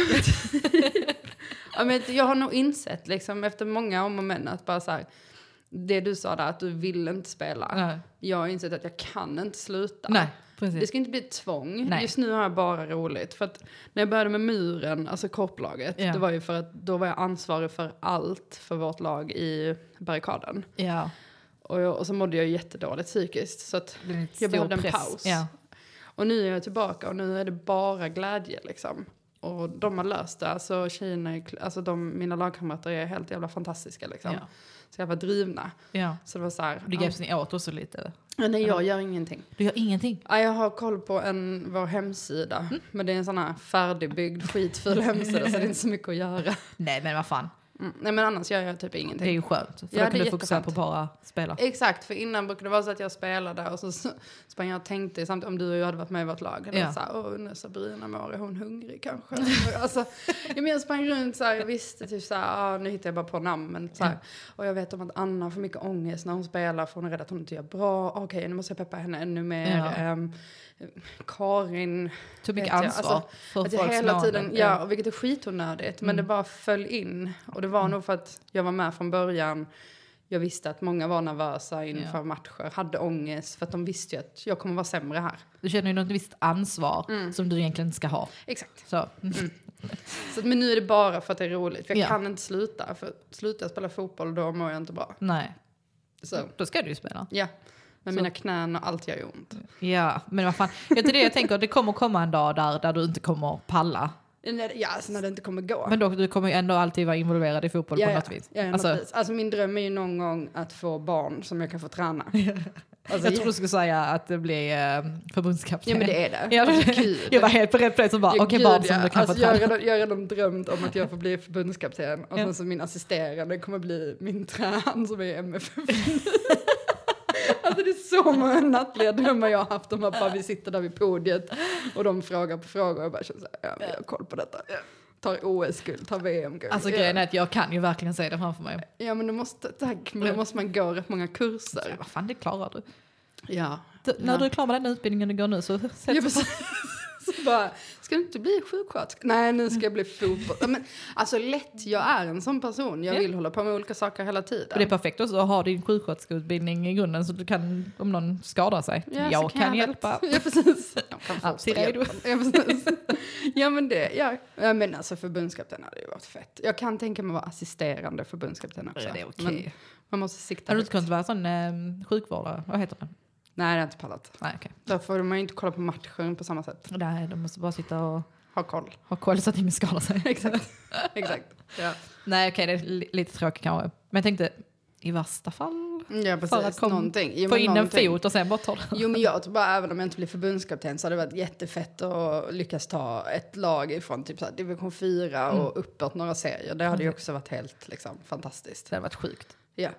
A: Ja, men jag har nog insett liksom, efter många om och men att bara så här, det du sa där att du vill inte spela.
B: Nej.
A: Jag har insett att jag kan inte sluta.
B: Nej,
A: Det
B: precis.
A: ska inte bli ett tvång.
B: Nej.
A: Just nu har jag bara roligt. För att när jag började med muren, alltså korplaget,
B: Ja.
A: det var ju för att då var jag ansvarig för allt för vårt lag i barrikaden.
B: Ja,
A: Och, jag, och så mådde jag jättedåligt psykiskt. Så att
B: det blir lite
A: jag
B: stor
A: behövde en
B: press.
A: paus.
B: Ja.
A: Och nu är jag tillbaka och nu är det bara glädje liksom. Och de har löst det. Alltså tjejerna, är kl- alltså de, mina lagkamrater är helt jävla fantastiska liksom.
B: Ja.
A: Så jävla drivna.
B: ja.
A: Så det var så här.
B: Du hjälps ni åt också lite?
A: ja, nej, jag gör ingenting.
B: Du gör ingenting?
A: Ja, jag har koll på en, vår hemsida.
B: Mm.
A: Men det är en sån här färdigbyggd
B: (laughs)
A: skitful hemsida så det är inte så mycket att göra.
B: Nej men vad fan,
A: Mm. Nej men annars gör jag typ ingenting.
B: det är ju skönt. För
A: Ja,
B: då
A: det
B: kan
A: är
B: du fokusera på
A: jätteskönt.
B: bara spela.
A: Exakt, för innan brukade det vara så att jag spelade och så s- sprang jag och tänkte samt om du och jag hade varit med i vårt lag.
B: Ja.
A: Ja. Så här, Åh, nu Sabrina mår, är hon hungrig kanske? (laughs) alltså, ja, men jag sprang runt så här, jag visste typ så här, ah, nu hittar jag bara på namnen. Så här. Och jag vet om att Anna får mycket ångest när hon spelar för hon är rädd att hon inte gör bra. Okej, nu måste jag peppa henne ännu mer.
B: Ja.
A: Ehm, Karin.
B: Tog mycket
A: vet jag,
B: ansvar
A: alltså,
B: för
A: Att jag
B: folks
A: hela
B: mående.
A: tiden, ja, Mm. och vilket är skitonödigt, men det bara föll in. Och det var nog för att jag var med från början. Jag visste att många var nervösa inför
B: Ja.
A: matcher, hade ångest för att de visste ju att jag kommer vara sämre här.
B: Du känner ju något visst ansvar
A: Mm.
B: som du egentligen inte ska ha.
A: Exakt.
B: Så.
A: Så, att- men nu är det bara för att det är roligt, för jag
B: Ja.
A: kan inte sluta. För slutar jag spela fotboll då mår jag inte bra.
B: Nej,
A: Så
B: då ska du ju spela.
A: ja, men
B: Så-
A: mina knän och allt gör ju ont.
B: Ja, men vad fan. Det är inte det jag tänker, det kommer komma en dag där, där du inte kommer palla.
A: När- Ja, alltså när det inte kommer gå.
B: Men då, du kommer ju ändå alltid vara involverad i fotboll på något vis.
A: Ja, ja,
B: alltså,
A: något vis. alltså min dröm är ju någon gång att få barn som (laughs) jag kan få träna. Alltså,
B: jag trodde du skulle säga att det blev eh, förbundskapten.
A: Ja men det är det.
B: Ja,
A: Alltså,
B: det-
A: gud.
B: jag var helt beredd på det som bara,
A: Ja,
B: okej
A: gud,
B: vad som
A: ja.
B: du kan
A: alltså,
B: få
A: jag, har
B: ta.
A: redan, jag har redan drömt om att jag får bli förbundskapten och
B: Ja.
A: sen så min assisterande kommer bli min trän som är i MFF.
B: (laughs)
A: alltså det är så många nattliga drömmar jag har haft om att bara vi sitter där vid podiet och de frågar på frågor och jag bara känner så här, ja, men jag har koll på detta. Tar OS-guld, tar VM-guld.
B: Alltså
A: ja.
B: grejen är att jag kan ju verkligen se det framför mig.
A: ja men då måste, tack, men då måste man gå rätt många kurser.
B: Ja, vad fan, det klarar du.
A: Ja.
B: du När
A: Ja.
B: du är klar med den utbildningen du går nu så sätt
A: Ja, precis. (laughs) Så bara, ska du inte bli sjuksköterska? Nej, nu ska jag bli fotboll. Ja, Men, alltså lätt, jag är en sån person. Jag
B: Ja.
A: vill hålla på med olika saker hela
B: Och det är
A: tiden.
B: perfekt också att ha din sjuksköterskeutbildning i grunden så du kan, om någon skadar sig,
A: Ja, så
B: jag kan,
A: väl-
B: (laughs) hjälpa.
A: (laughs) Ja, precis. Jag kan
B: Alltid
A: förstå
B: redo.
A: hjälpen. Ja, precis. ja, men det, ja. ja men alltså förbundskapten hade ju varit fett. Jag kan tänka mig att vara assisterande förbundskapten också.
B: Ja, det är okej.
A: Men man måste sikta
B: Har du
A: högt.
B: inte kunnat vara sån eh, sjukvårdare? Vad heter det?
A: Nej, det har jag inte pallat.
B: Nej, okej.
A: Då får man ju inte kolla på matchen på samma sätt.
B: Nej, de måste bara sitta och
A: Ha
B: (laughs)
A: koll.
B: ha koll så att ingen skadar (laughs) sig.
A: Exakt. Exakt. Ja,
B: Nej, okej, det är li- lite tråkigt kanske. Men jag tänkte, i värsta fall,
A: ja
B: För att
A: precis.
B: kom-
A: Någonting. Jo,
B: få
A: men
B: in
A: någonting.
B: en fot och sen bara ta den.
A: Jo men jag tror bara även om jag inte blir förbundskapten så hade det varit jättefett att lyckas ta ett lag ifrån typ så här, division 4
B: Mm.
A: och uppåt några serier. Det hade ju också varit helt liksom, fantastiskt.
B: Det hade varit sjukt.
A: Ja,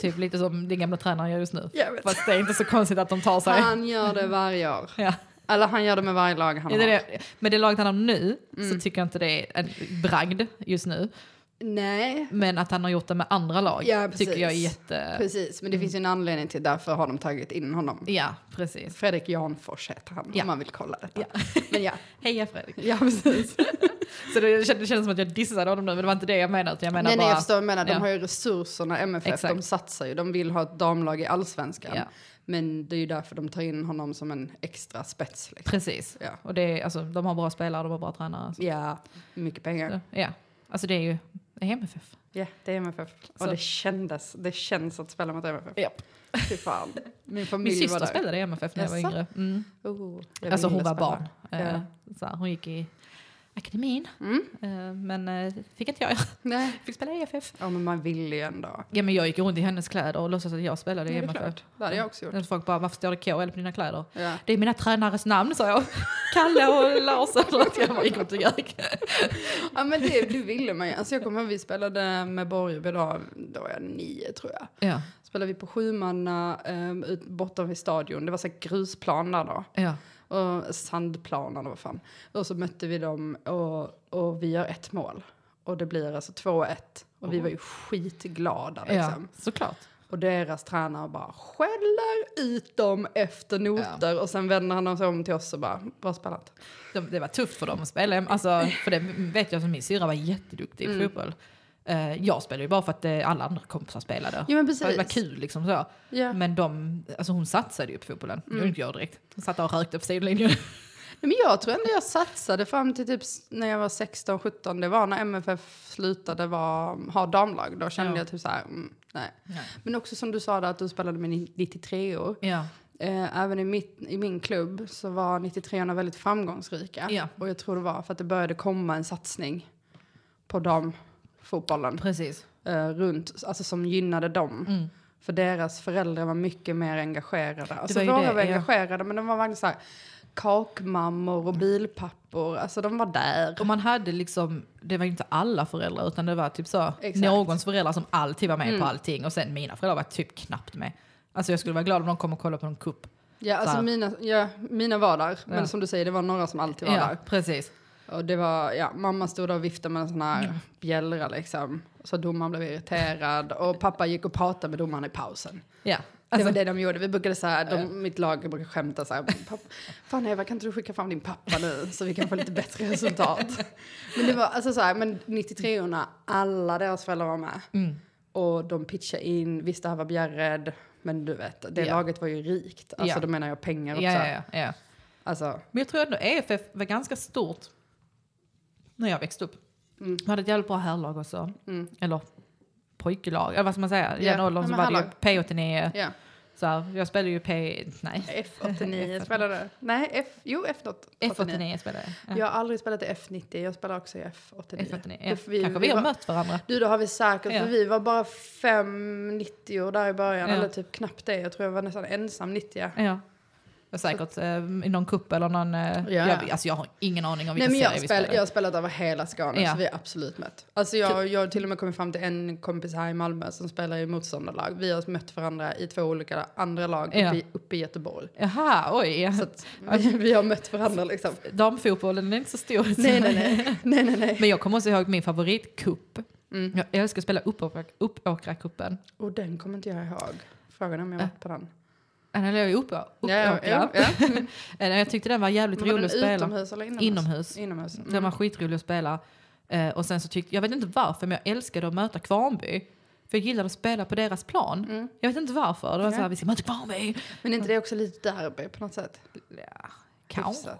B: Typ lite som din gamla tränare gör just nu.
A: jag vet.
B: Fast det är inte så konstigt att de tar sig.
A: Han gör det varje år.
B: (laughs) Ja.
A: Eller han gör det med varje lag han
B: Ja, det är
A: har.
B: det. Men det laget han har nu
A: Mm.
B: så tycker jag inte det är en bragd just nu.
A: Nej,
B: Men att han har gjort det med andra lag
A: Ja, precis.
B: tycker jag är jätte...
A: precis.
B: Mm.
A: Men det finns ju en anledning till därför har de tagit in honom.
B: Ja, precis.
A: Fredrik Janfors heter han
B: Ja.
A: om man vill kolla detta. Men ja,
B: Heja Fredrik.
A: ja precis.
B: Så det kändes, det kändes som att jag dissade honom nu, men det var inte det jag menade. utan Jag menar
A: nej, nej,
B: bara...
A: jag förstår vad du menar. De
B: ja.
A: har ju resurserna, MFF,
B: Exakt.
A: de satsar ju. De vill ha ett damlag i allsvenskan.
B: Ja.
A: Men det är ju därför de tar in honom som en extra spets. Liksom.
B: Precis.
A: Ja.
B: Och det är, alltså, de har bra spelare, de har bra tränare. Så.
A: ja, mycket pengar.
B: Ja. Alltså det är ju det är MFF.
A: Ja, det är MFF.
B: Så.
A: Och det kändes, det känns att spela mot MFF.
B: Japp.
A: Fy
B: (laughs)
A: fan. Min
B: Min
A: familj var
B: syster
A: där.
B: spelade i MFF när jag var
A: Jaså?
B: yngre. Mm.
A: Oh, jag
B: Alltså hon
A: ville
B: var
A: spela.
B: barn. Eh, Så här, hon gick i akademin.
A: Mm.
B: Eh, Men eh, fick inte jag.
A: Nej.
B: (laughs) fick spela i E EFF.
A: Ja, men man ville ju ändå.
B: Ja, men jag gick runt i hennes kläder och låtsades att jag spelade i
A: Ja, det är
B: MFF.
A: klart. Det hade jag också gjort.
B: Men Folk bara, varför står det KL på dina kläder?
A: Ja.
B: Det är mina tränares namn, sa jag. (laughs) Kalle och Lars eller något. (laughs) Jag bara gick runt och ljög.
A: Ja men det, det ville man ju. Alltså jag kommer ihåg vi spelade med Borgeby då, då var jag nio tror jag.
B: Ja,
A: spelade vi på Sjumanna um, ut bortom vid stadion. Det var så här grusplan där då.
B: ja.
A: Och sandplan eller vad fan. Och så mötte vi dem och, och vi gör ett mål. Och det blir alltså 2-1. Och vi var ju skitglada liksom.
B: ja såklart.
A: Och deras tränare bara skäller ut dem efter noter. Och sen vänder han sig om till oss och bara, bra spelat.
B: De, det var tufft för dem att spela. Alltså, för det vet jag som min syrra var jätteduktig
A: Mm.
B: i fotboll. Eh, jag spelade ju bara för att eh, alla andra kompisar spelade.
A: Ja men
B: Så det var
A: precis.
B: kul liksom så.
A: Ja.
B: Men de, alltså hon satsade ju på fotbollen. Det gjorde
A: Mm.
B: inte jag direkt. Hon satt där och rökte på sidlinjen.
A: Nej, Men jag tror ändå jag satsade fram till typ s- när jag var 16-17. Det var när MFF slutade vara- ha damlag. Då kände
B: Ja.
A: jag typ så här, mm, nej. Men också som du sa där att du spelade med 93 år.
B: Ja.
A: Eh, även i, mitt, i min klubb så var 93orna väldigt framgångsrika.
B: Ja.
A: Och jag tror det var för att det började komma en satsning på damfotbollen
B: Precis.
A: eh, runt, alltså som gynnade dem. För deras föräldrar var mycket mer engagerade. Alltså
B: var ju
A: våra
B: Mm. det,
A: var
B: ja.
A: engagerade men de var verkligen så här kakmammor och bilpappor. Alltså de var där.
B: Och man hade liksom, det var ju inte alla föräldrar utan det var typ så
A: Exakt. Mm.
B: någons föräldrar som alltid var med på allting och sen mina föräldrar var typ knappt med. Alltså jag skulle vara glad om de kom och kollade på någon kupp.
A: Ja,
B: Så
A: alltså
B: här.
A: mina, ja, mina var där.
B: Ja.
A: Men som du säger, det var några som alltid var
B: Ja,
A: där.
B: precis.
A: Och det var, ja, mamma stod där och viftade med en sån här bjällra liksom. Så domaren blev irriterad och pappa gick och pratade med domaren i pausen.
B: Ja.
A: Det
B: Alltså,
A: var det de gjorde. Vi brukade så här, de, mitt lag brukade skämta så här. "Pappa, Fan Eva, kan inte du skicka fram din pappa nu så vi kan få lite bättre resultat? Men det var alltså så här, men 93orna, alla deras föräldrar var med.
B: Mm.
A: Och de pitchade in, visst det här var Bjärred, men du vet, det
B: Ja.
A: laget var ju rikt. Alltså
B: Ja.
A: då menar jag pengar också.
B: ja, ja, ja, ja.
A: Alltså,
B: Men jag tror ändå EFF var ganska stort när jag växte upp.
A: Mm.
B: Vi hade ett jävligt bra herrlag också.
A: Mm.
B: Eller pojklag, eller vad ska man säga? I
A: Ja,
B: den åldern
A: ja,
B: så
A: men
B: var det ju
A: herrlag.
B: P89
A: ja.
B: Så här, jag spelar ju P... Nej.
A: F89 spelade du? Nej, F, jo F89.
B: F89 spelar jag. Ja.
A: Jag har aldrig spelat i F90, jag spelar också i F89.
B: F89.
A: Det-
B: Ja. Kanske vi
A: var,
B: har mött varandra.
A: Du, det har vi säkert,
B: Ja.
A: för vi var bara 590 där i början,
B: Ja.
A: eller typ knappt det. Jag tror jag var nästan ensam 90
B: Ja. Och säkert eh, i någon kupp eller någon... Eh,
A: Ja.
B: jag, alltså jag har ingen aning om
A: Nej,
B: vilka
A: men
B: serier
A: jag,
B: vi
A: spel,
B: spelar.
A: jag har spelat över hela Skåne,
B: Ja.
A: så vi har absolut mött. Alltså jag, jag har till och med kommit fram till en kompis här i Malmö som spelar i motståndarlag. Vi har mött varandra i två olika andra lag
B: Ja.
A: uppe, i, uppe i Göteborg.
B: Jaha, oj.
A: Så
B: (laughs)
A: att vi, vi har mött varandra liksom.
B: Damfotbollen är inte (laughs) så stor.
A: Nej, nej, nej. nej, nej, nej.
B: (laughs)
A: Mm.
B: Men jag kommer också ihåg min favoritkupp. Jag jag älskar att spela Uppåkra- Uppåkra-cupen.
A: Och den kommer inte jag ihåg. Frågan är om jag varit på den.
B: Eller jag är Uppå-
A: Äh. ja, ja,
B: Uppåkra.
A: ja. (laughs)
B: Eh, Jag tyckte den var jävligt
A: Var
B: rolig
A: den
B: att spela.
A: utomhus eller inomhus?
B: Inomhus.
A: Inomhus. Mm.
B: Den var skitrolig att spela. Eh, och sen så tyckte, jag vet inte varför, men jag älskade att möta Kvarnby. För jag gillade att spela på deras plan.
A: Mm.
B: Jag vet inte varför. Det var
A: Nej.
B: så här, vi ska möta Kvarnby.
A: Men är inte det också lite derby på något sätt?
B: Ja, kanske.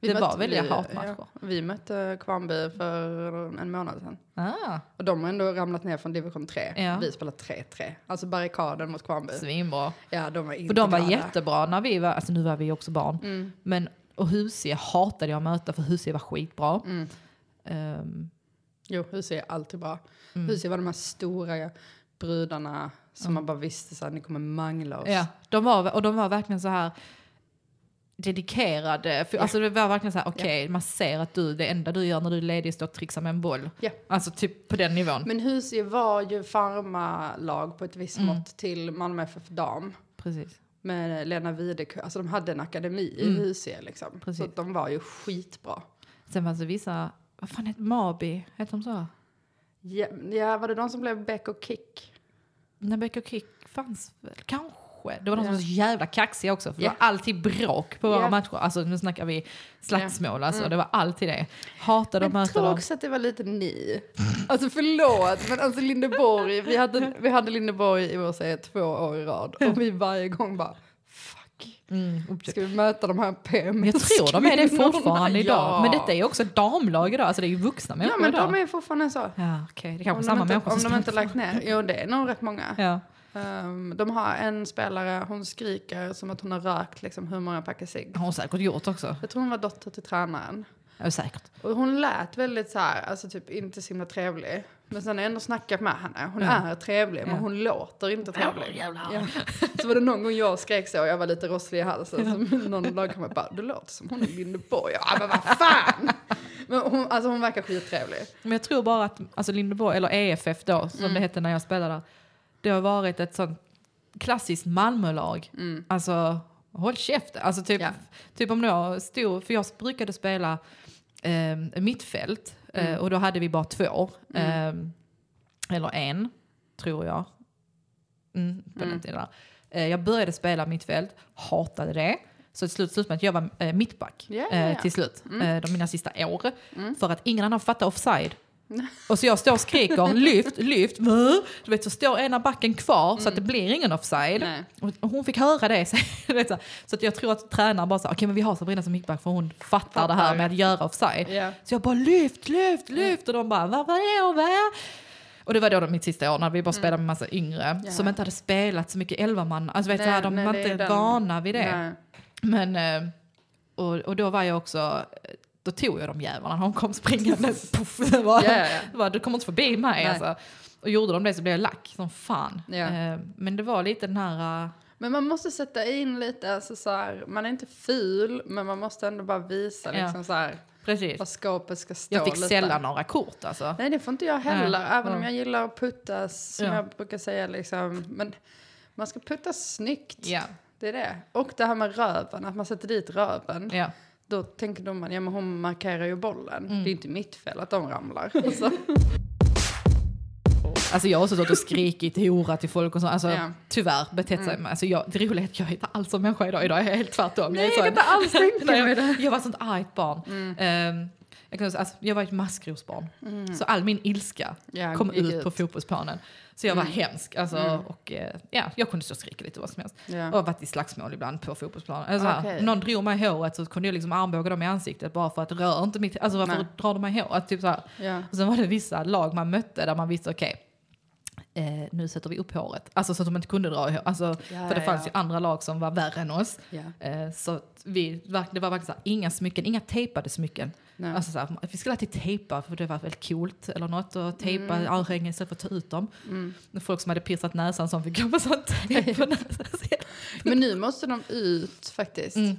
A: Hyfsat. mötte-
B: det var väl jag
A: vi-
B: hatmatcher.
A: ja, vi mötte Kvarnby för en månad sedan.
B: Ah,
A: Och de har ändå ramlat ner från division 3.
B: Ja.
A: Vi spelar 3-3. Alltså barrikaden mot Kvarnby.
B: svinbra.
A: Ja, de var Mm. inte
B: För de var
A: glada.
B: jättebra när vi var, alltså nu var vi också barn. Men, och Husie hatade jag att möta för Husie var skitbra.
A: Mm.
B: Ehm,
A: Jo, Husie är alltid bra. Husie var de här stora brudarna som man bara visste att ni kommer mangla oss.
B: ja, de var, och de var verkligen så här dedikerade. För, Alltså det var verkligen så här, okej, man ser att du, det enda du gör när du är ledig är att stå och trixa med en boll.
A: Ja.
B: Alltså typ på den nivån.
A: Men Husie var ju farmalag på ett visst
B: Mm.
A: mått till Malmö FF dam.
B: Precis.
A: Med Lena Widek, alltså de hade en akademi i Husie liksom.
B: Mm. Precis.
A: Så att de var ju skitbra.
B: Sen fanns det vissa, vad fan heter Mabi, heter de så?
A: Ja, ja, var det de som blev Beck och Kick?
B: När Beck och Kick fanns väl, kanske. Det var de som
A: Ja.
B: var så jävla kaxiga också, för
A: Ja.
B: det var alltid bråk på våra
A: Ja. Mm.
B: matcher. Alltså nu snackar vi slagsmål alltså, det var alltid det. Hatade att
A: Men jag
B: möta
A: tror
B: dem.
A: också att det var lite ni. Alltså förlåt, men alltså Lindeborg, vi hade, vi hade Lindeborg i vår serie två år i rad och vi varje gång bara fuck,
B: Mm,
A: ska vi möta de här PM?
B: jag tror de är det fortfarande
A: Ja.
B: idag. Men detta är ju också ett damlag idag, alltså det är ju vuxna
A: Ja
B: människor
A: men
B: idag.
A: de är fortfarande så.
B: Ja, okej, det är kanske
A: Om de
B: är samma
A: inte,
B: människor
A: om
B: som
A: de inte lagt ner, jo det är nog rätt många.
B: (laughs) Ja.
A: Ehm, de har en spelare, hon skriker som att hon har rökt liksom, hur många packar cigg.
B: Har hon säkert gjort också.
A: Jag tror hon var dotter till tränaren.
B: Ja, säkert.
A: Och hon lät väldigt så här, alltså typ inte så himla trevlig. Men sen har jag ändå snackat med henne. Hon är trevlig men
B: Ja.
A: hon låter inte trevlig.
B: jävlar.
A: Ja. Så var det någon gång jag skrek så och jag var lite rosslig i halsen. Så någon lagkamrat bara, du låter som hon i Lindeborg. Ja men vad fan! Men hon, alltså hon verkar skittrevlig.
B: Men jag tror bara att alltså Lindeborg, eller EFF då,
A: Mm.
B: som det hette när jag spelade där, det har varit ett sånt klassiskt Malmölag. Alltså, håll käften. Alltså typ,
A: Mm. Ja.
B: typ om jag stod, för jag brukade spela eh, mittfält
A: Mm.
B: eh, och då hade vi bara två. Eh, eller en, tror jag. Mm, på den tiden där. Eh, jag började spela mittfält, hatade det. Så till slut slutade med att jag var eh, mittback
A: Ja, ja, Mm. ja.
B: Eh, till slut, eh, de mina sista år. För att ingen annan fattar offside. Och så jag står och skriker lyft, lyft, vuh. du vet så står ena backen kvar så att det blir ingen offside.
A: Mm. Nej.
B: Och och hon fick höra det. (laughs) Så, du vet, så, här. så att jag tror att tränaren bara sa, okej men vi har Sabrina som mittback för hon fattar, det här med att göra offside.
A: Ja.
B: Så jag bara lyft, lyft, lyft och de bara, vad var det? Va? Och det var då de- mitt sista år när vi bara spelade med massa yngre
A: Mm. Ja.
B: som inte hade spelat så mycket elva man. Alltså vet
A: Nej,
B: så här, de
A: nej,
B: var
A: det är
B: inte
A: den-
B: vana vid det.
A: Nej.
B: Men, eh, och, och då var jag också, då tog jag de jävlarna, hon
A: (laughs)
B: kom springande, puff, det var,
A: Ja, ja, ja.
B: det var, du kommer inte förbi mig
A: Nej.
B: alltså. Och gjorde de det så blev jag lack som fan.
A: Ja.
B: Eh, Men det var lite den här, eh,
A: Men man måste sätta in lite, alltså så här, man är inte ful men man måste ändå bara visa
B: Ja.
A: liksom så här,
B: precis.
A: vad skåpet ska stå
B: Jag fick
A: lite.
B: sällan några kort alltså.
A: Nej, det får inte jag heller.
B: Nej,
A: Även
B: ja.
A: om jag gillar att puttas, som
B: Ja.
A: jag brukar säga. Liksom. Men man ska puttas snyggt.
B: Ja,
A: Det är det. Och det här med röven, att man sätter dit röven.
B: ja.
A: Då tänker domaren, ja men hon markerar ju bollen.
B: Mm.
A: Det är inte mitt fel att de
B: (laughs)
A: ramlar. Alltså.
B: Alltså jag har också stått och skrikit hora till folk och så. Alltså
A: Ja. Mm.
B: tyvärr betett sig. Alltså jag, det roliga är att jag är inte alls som människa idag. Idag är jag helt tvärtom.
A: Nej,
B: är
A: jag
B: så
A: kan
B: en-
A: inte alls tänka
B: (laughs) Nej,
A: mig det. Mm.
B: jag, jag var ett sånt argt barn. Ehm, jag, kan, säga, alltså, jag var ett maskrosbarn. Så all min ilska
A: Ja,
B: kom
A: gick
B: ut,
A: ut. Mm.
B: på fotbollsplanen. Så jag var hemsk. Alltså, och, eh, ja, jag kunde stå och skrika lite vad som helst.
A: Ja.
B: Och har varit i slagsmål ibland på fotbollsplanen. Alltså, här,
A: Okej.
B: Någon drog mig i håret så kunde jag liksom armbåga dem i ansiktet bara för att rör inte mitt... Alltså varför
A: Nej.
B: drar de mig i håret? Typ så här.
A: Ja.
B: Och sen var det vissa lag man mötte där man visste okej, eh, nu sätter vi upp håret. Alltså så att de inte kunde dra i hår. Alltså,
A: Ja,
B: för
A: ja,
B: det fanns
A: ja.
B: ju andra lag som var värre än oss.
A: Ja.
B: Eh, så att vi, verk- det var verkligen så här, inga smycken, inga tejpade smycken.
A: Nej.
B: Alltså så här, vi skulle alltid tejpa för det var väldigt coolt eller något och tejpa
A: Mm.
B: örhängen istället för att ta ut dem. Folk som hade piercat näsan som fick jobba sånt tejp
A: (laughs)
B: på näsan.
A: Men nu måste de ut faktiskt.
B: Mm.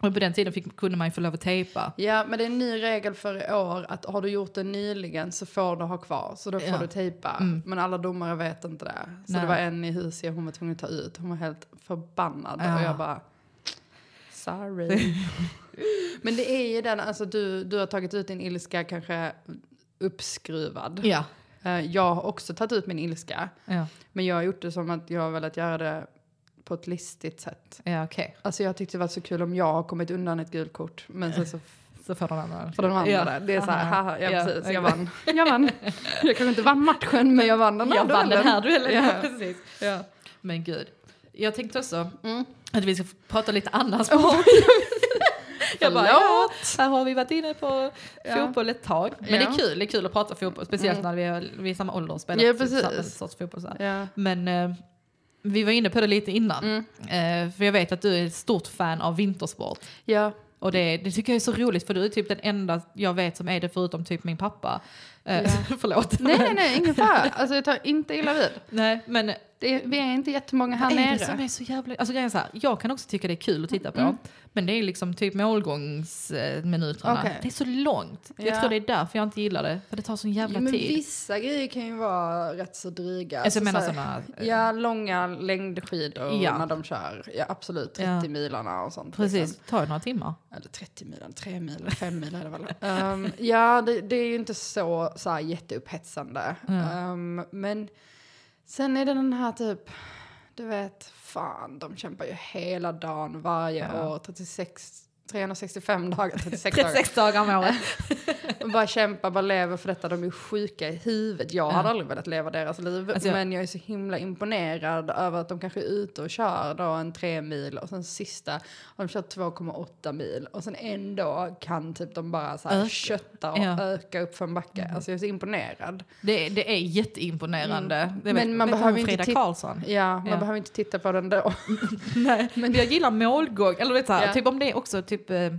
B: Och på den tiden fick, kunde man ju få lov att tejpa.
A: Ja, men det är en ny regel för i år att har du gjort det nyligen så får du ha kvar. Så då får
B: Ja.
A: du tejpa.
B: Mm.
A: Men alla domare vet inte det. Så
B: Nej.
A: det var en i huset hon var tvungen att ta ut. Hon var helt förbannad.
B: Ja.
A: Och jag bara,
B: (laughs)
A: sorry. men det är ju den, alltså du, du har tagit ut din ilska kanske uppskruvad.
B: Ja.
A: Eh, Jag har också tagit ut min ilska.
B: Ja,
A: Men jag har gjort det som att jag har velat göra det på ett listigt sätt.
B: ja okej.
A: Alltså jag tyckte det var så kul om jag har kommit undan ett gult kort. Men sen så
B: Så får de andra.
A: för de andra
B: Ja.
A: där. Det är så här,
B: Aha.
A: haha, ja,
B: Ja,
A: precis, jag
B: exakt.
A: vann. (laughs) Jag vann. Jag kanske inte vann matchen, men jag vann den här
B: Jag vann den
A: duellen.
B: här duellen.
A: Ja.
B: (laughs) precis.
A: Ja.
B: Men gud. Jag tänkte också
A: Mm.
B: att vi ska f- prata lite annat sport. (laughs) jag bara, ja, här har vi varit inne på
A: Ja.
B: fotboll ett tag. Men det
A: Ja.
B: är kul, det är kul att prata fotboll. Speciellt
A: Mm.
B: när vi är, vi är i samma ålder och spelar
A: Ja,
B: typ
A: precis.
B: samma sorts fotboll. Så här.
A: Ja.
B: Men eh, vi var inne på det lite innan.
A: Mm.
B: Eh, för jag vet att du är ett stort fan av vintersport.
A: Ja.
B: Och det, det tycker jag är så roligt för du är typ den enda jag vet som är det förutom typ min pappa. Eh,
A: Ja.
B: (laughs) Förlåt.
A: Nej, nej, nej, ingen fara. Alltså jag tar inte illa vid.
B: Nej, men
A: Det är, vi är inte jättemånga här
B: Vad är det
A: nere.
B: som är så jävla... Alltså grejen är så här, jag kan också tycka det är kul att titta på.
A: Mm.
B: Men det är liksom typ målgångsminuterna.
A: Okej.
B: Det är så långt.
A: Ja.
B: Jag tror det är därför jag inte gillar det. För det tar sån jävla
A: Men
B: tid.
A: vissa grejer kan ju vara rätt så dryga.
B: alltså jag menar
A: så här-
B: sådana...
A: Ja, långa längdskidor
B: Ja.
A: när de kör. Ja, absolut. 30
B: Ja.
A: milarna och sånt.
B: Precis, det tar ju några timmar.
A: Eller 30 milen, 3 milen, 5 milen är det väl. Ehm, ja, det, det är ju inte så, så här jätteupphetsande. Ehm, men sen är det den här typ, du vet, fan de kämpar ju hela dagen varje
B: Ja.
A: år, 36, 365 dagar, 36 dagar.
B: 36 dagar om
A: (laughs)
B: året.
A: Och bara kämpar, bara lever för detta, de är ju sjuka i huvudet. Jag hade
B: Ja.
A: aldrig velat leva deras liv,
B: Alltså jag-
A: men jag är så himla imponerad över att de kanske är ute och kör då en tre mil och sen sista har de kört 2,8 mil och sen en dag kan typ de bara så här
B: Öka.
A: kötta och
B: Ja. Mm.
A: öka upp för en backe. Alltså jag är så imponerad.
B: Det, det är jätteimponerande. Det
A: Mm. Men man
B: vet
A: behöver
B: hon,
A: inte
B: Frida
A: titta- (laughs)
B: Karlsson.
A: Ja, man
B: Ja.
A: behöver inte titta på den då.
B: Nej, men jag gillar målgång. Eller du vet så här,
A: Ja.
B: typ om det är också typ... eh,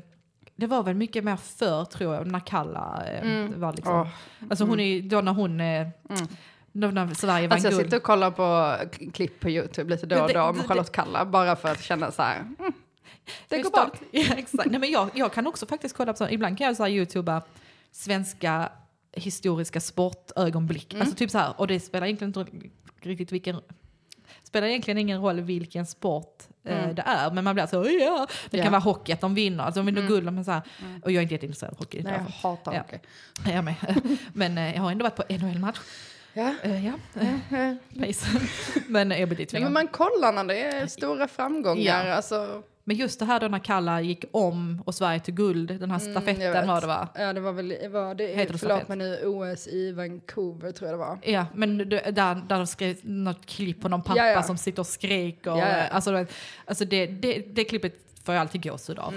B: Det var väl mycket mer förr tror jag, när Kalla eh,
A: Mm.
B: var liksom...
A: Åh. Mm.
B: Alltså hon är ju- då när hon... eh, Då när Sverige vann
A: Alltså jag
B: guld.
A: sitter och kollar på k- klipp på Youtube lite då
B: Men
A: och
B: det-
A: då
B: det-
A: med Charlotte Kalla bara för att känna så här, mm, det går
B: Just
A: bra.
B: (laughs) Ja, exakt. Nej, men jag, jag kan också faktiskt kolla på sånt. Ibland kan jag så här youtuba svenska historiska sportögonblick.
A: Mm.
B: Alltså typ så här, och det spelar egentligen inte riktigt vilken... Spelar egentligen ingen roll vilken sport eh, det är, men man blir så här, ja. Det
A: Mm. Ja. Mm.
B: kan vara hockey att de vinner, alltså de vinner guld, men så här, och jag är inte jätteintresserad av hockey.
A: Nej, jag
B: därför.
A: hatar
B: Ja.
A: hockey.
B: Nej, jag med. (laughs) Eh, men eh, jag har ändå varit på NHL-match.
A: Ja. (laughs)
B: Eh, ja, eh,
A: Ja.
B: nice. (laughs) men eh, jag blir lite
A: Nej, men man kollar när det är stora framgångar. Alltså,
B: Men just det här då när Kalla gick om och Sverige tog guld, den här
A: Mm, jag
B: stafetten
A: vet.
B: var det va?
A: ja, det var väl, det var, det är,
B: Heter det
A: förlåt
B: stafett?
A: mig nu, OS i Vancouver tror jag det var.
B: Ja, men du- där, där de skrev något klipp på någon pappa
A: Ja, ja.
B: som sitter och skriker.
A: Ja, ja.
B: Alltså, du vet, alltså det, det, det klippet får jag alltid gåshud
A: Mm.
B: av.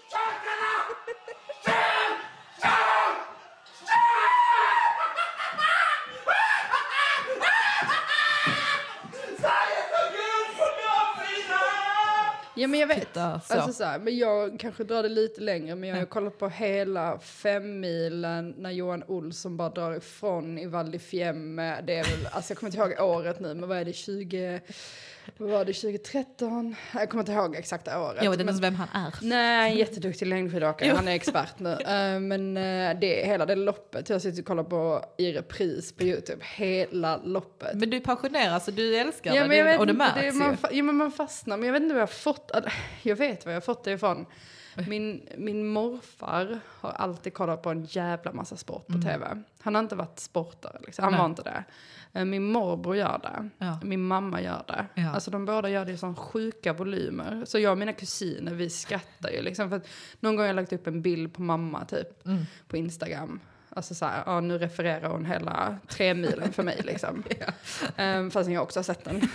A: Ja men jag vet.
B: Titta, så.
A: Alltså, så här, men jag kanske drar det lite längre men jag har ju kollat på hela femmilen när Johan Olsson bara drar ifrån i Val di Fiemme. Det är väl, alltså jag kommer inte ihåg året nu men vad är det 20, vad var det 2013? Jag kommer inte ihåg exakta året.
B: Jag vet inte
A: men-
B: ens vem han är.
A: Nej, en jätteduktig längdskidåkare. Han är expert nu. Eh, men eh, det, hela det loppet, jag sitter och kollar på i repris på Youtube, hela loppet.
B: Men du är passionerad så du älskar
A: Ja,
B: det
A: men jag vet
B: och det
A: inte,
B: märks
A: det,
B: ju.
A: man, fa- ja, men man fastnar, men jag vet inte var jag har fått all- (laughs) Jag vet var jag har fått det ifrån. Min, min morfar har alltid kollat på en jävla massa sport på tv. Han har inte varit sportare, liksom. han
B: Mm. Nej.
A: var inte det. Eh, Min morbror gör det,
B: Ja.
A: min mamma gör det.
B: Ja.
A: Alltså de båda gör det i sån sjuka volymer. Så jag och mina kusiner, vi skrattar ju liksom. För att någon gång har jag lagt upp en bild på mamma typ,
B: Mm.
A: på Instagram. Alltså så här, ja, nu refererar hon hela tre milen för mig liksom. Ehm, fastän jag också har sett (laughs) den. Ehm,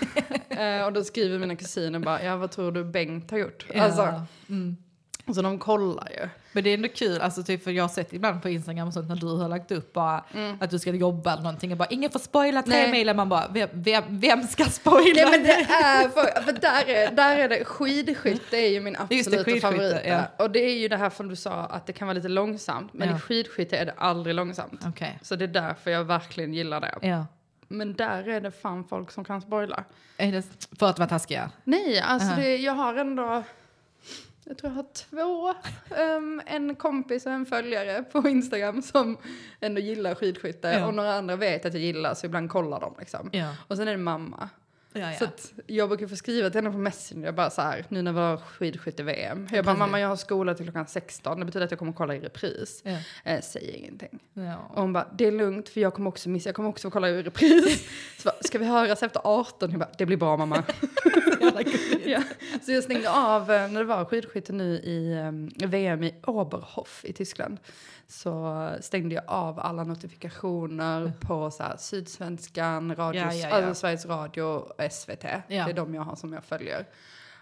A: Eh, och då skriver mina kusiner bara, ja vad tror du Bengt har gjort?
B: Ja.
A: Alltså,
B: Mm.
A: Så de kollar ju.
B: Men det är ändå kul, alltså typ, för jag har sett ibland på Instagram och sånt när du har lagt upp bara att du ska jobba eller någonting och bara ingen får spoila tre
A: Mm. Nej.
B: mejlen. Man bara vem, vem, vem ska spoila?
A: Nej men det är, för, för där, är, där är det, skidskytte är ju min
B: det,
A: absoluta
B: skidskytte,
A: favorit. där.
B: ja.
A: Och det är ju det här som du sa, att det kan vara lite långsamt. Men
B: Ja.
A: i skidskytte är det aldrig långsamt.
B: Okej.
A: Så det är därför jag verkligen gillar det.
B: Ja.
A: Men där är det fan folk som kan spoila.
B: Är det för att vara taskiga?
A: Nej, alltså
B: Aha.
A: det, jag har ändå... Jag tror jag har två. Ehm, en kompis och en följare på Instagram som ändå gillar skidskytte.
B: Ja.
A: Och några andra vet att jag gillar så ibland kollar de liksom.
B: Ja.
A: Och sen är det mamma.
B: ja,
A: Så att jag brukar få skriva till henne på Messenger jag bara så här, nu när vi har skidskytte-VM. Jag bara,
B: precis.
A: mamma jag har skola till klockan 16, det betyder att jag kommer kolla i repris.
B: Ja.
A: Eh, säger ingenting.
B: Ja.
A: Och hon bara, det är lugnt för jag kommer också missa, jag kommer också få kolla i repris. (laughs) Så bara, ska vi höras efter 18? Jag bara, det blir bra mamma. ja. (laughs) Så jag stängde av eh, när det var skidskytte nu i eh, VM i Oberhof i Tyskland. Så stängde jag av alla notifikationer på så här, Sydsvenskan, radio,
B: Mm. Ja, ja, ja.
A: Alltså Sveriges Radio och SVT.
B: Ja.
A: Det är de jag har som jag följer.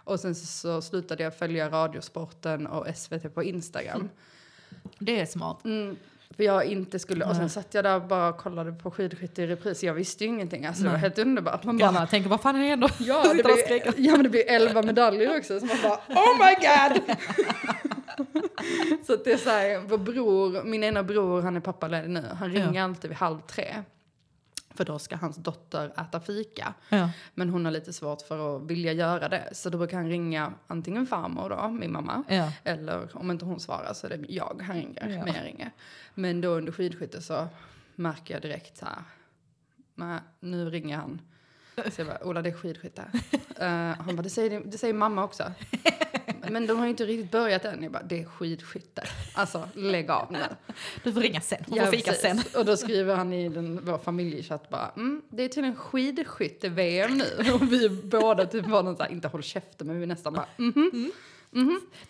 A: Och sen så slutade jag följa Radiosporten och SVT på Instagram.
B: (laughs) Det är smart.
A: Mm, för jag inte skulle, och
B: Nej.
A: sen satt jag där och bara kollade på skidskytte i repris. Jag visste ju ingenting, alltså det var
B: Nej.
A: helt underbart. Man bara,
B: (laughs) Grannarna tänker vad fan är det ändå? (laughs)
A: ja, det
B: Sitter och skriker.
A: blir, (laughs) ja men det blir elva medaljer också, så man bara oh my god! så att det är så här, vår bror, min ena bror, han är pappaledig nu, han ringer alltid vid halv tre. För då ska hans dotter äta fika.
B: (laughs) Ja.
A: Men hon har lite svårt för att vilja göra det. Så då brukar han ringa antingen farmor då, min mamma.
B: Ja.
A: Eller om inte hon svarar så är det jag han ringer.
B: Ja.
A: Men, jag ringer. men då under skidskytte så märker jag direkt så här. "Nej, nu ringer han. Så jag bara, Ola det är
B: (laughs)
A: skidskytte. Eh, han bara, det säger, din- det säger mamma också. Men de har ju inte riktigt börjat än. Jag bara, det är skidskytte. Alltså lägg av nu.
B: Du får ringa sen, hon får fika
A: precis.
B: sen.
A: Och då skriver han i den, vår familjechatt bara, mm, det är tydligen skidskytte-VM nu. Och vi båda typ var någon så här, inte håll käften, men vi nästan bara, mhm.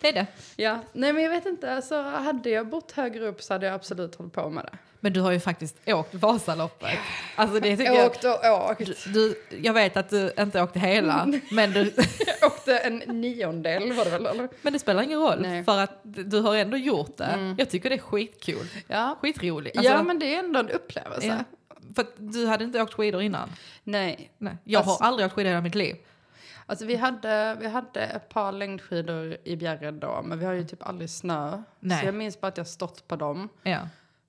B: Det är det.
A: Ja, nej men jag vet inte, alltså hade jag bott högre upp så hade jag absolut hållit på med det.
B: Men du har ju faktiskt åkt Vasaloppet. Alltså det tycker jag.
A: Jag åkte och åkt.
B: Du, du, jag vet att du inte åkte hela,
A: Mm. (laughs)
B: men, du,
A: Jag åkte en niondel var det väl eller?
B: men det spelar ingen roll
A: Nej.
B: för att du har ändå gjort det. Jag tycker det är skitkul.
A: Ja.
B: Skitroligt.
A: ja men det är ändå en upplevelse.
B: ja. För att du hade inte åkt skidor innan?
A: Nej,
B: Nej. Jag
A: Alltså-
B: har aldrig åkt skidor i hela mitt liv.
A: alltså vi hade, vi hade ett par längdskidor i Bjärred då men vi har ju typ aldrig snö.
B: Nej.
A: Så jag minns bara att jag stått på dem.
B: Ja.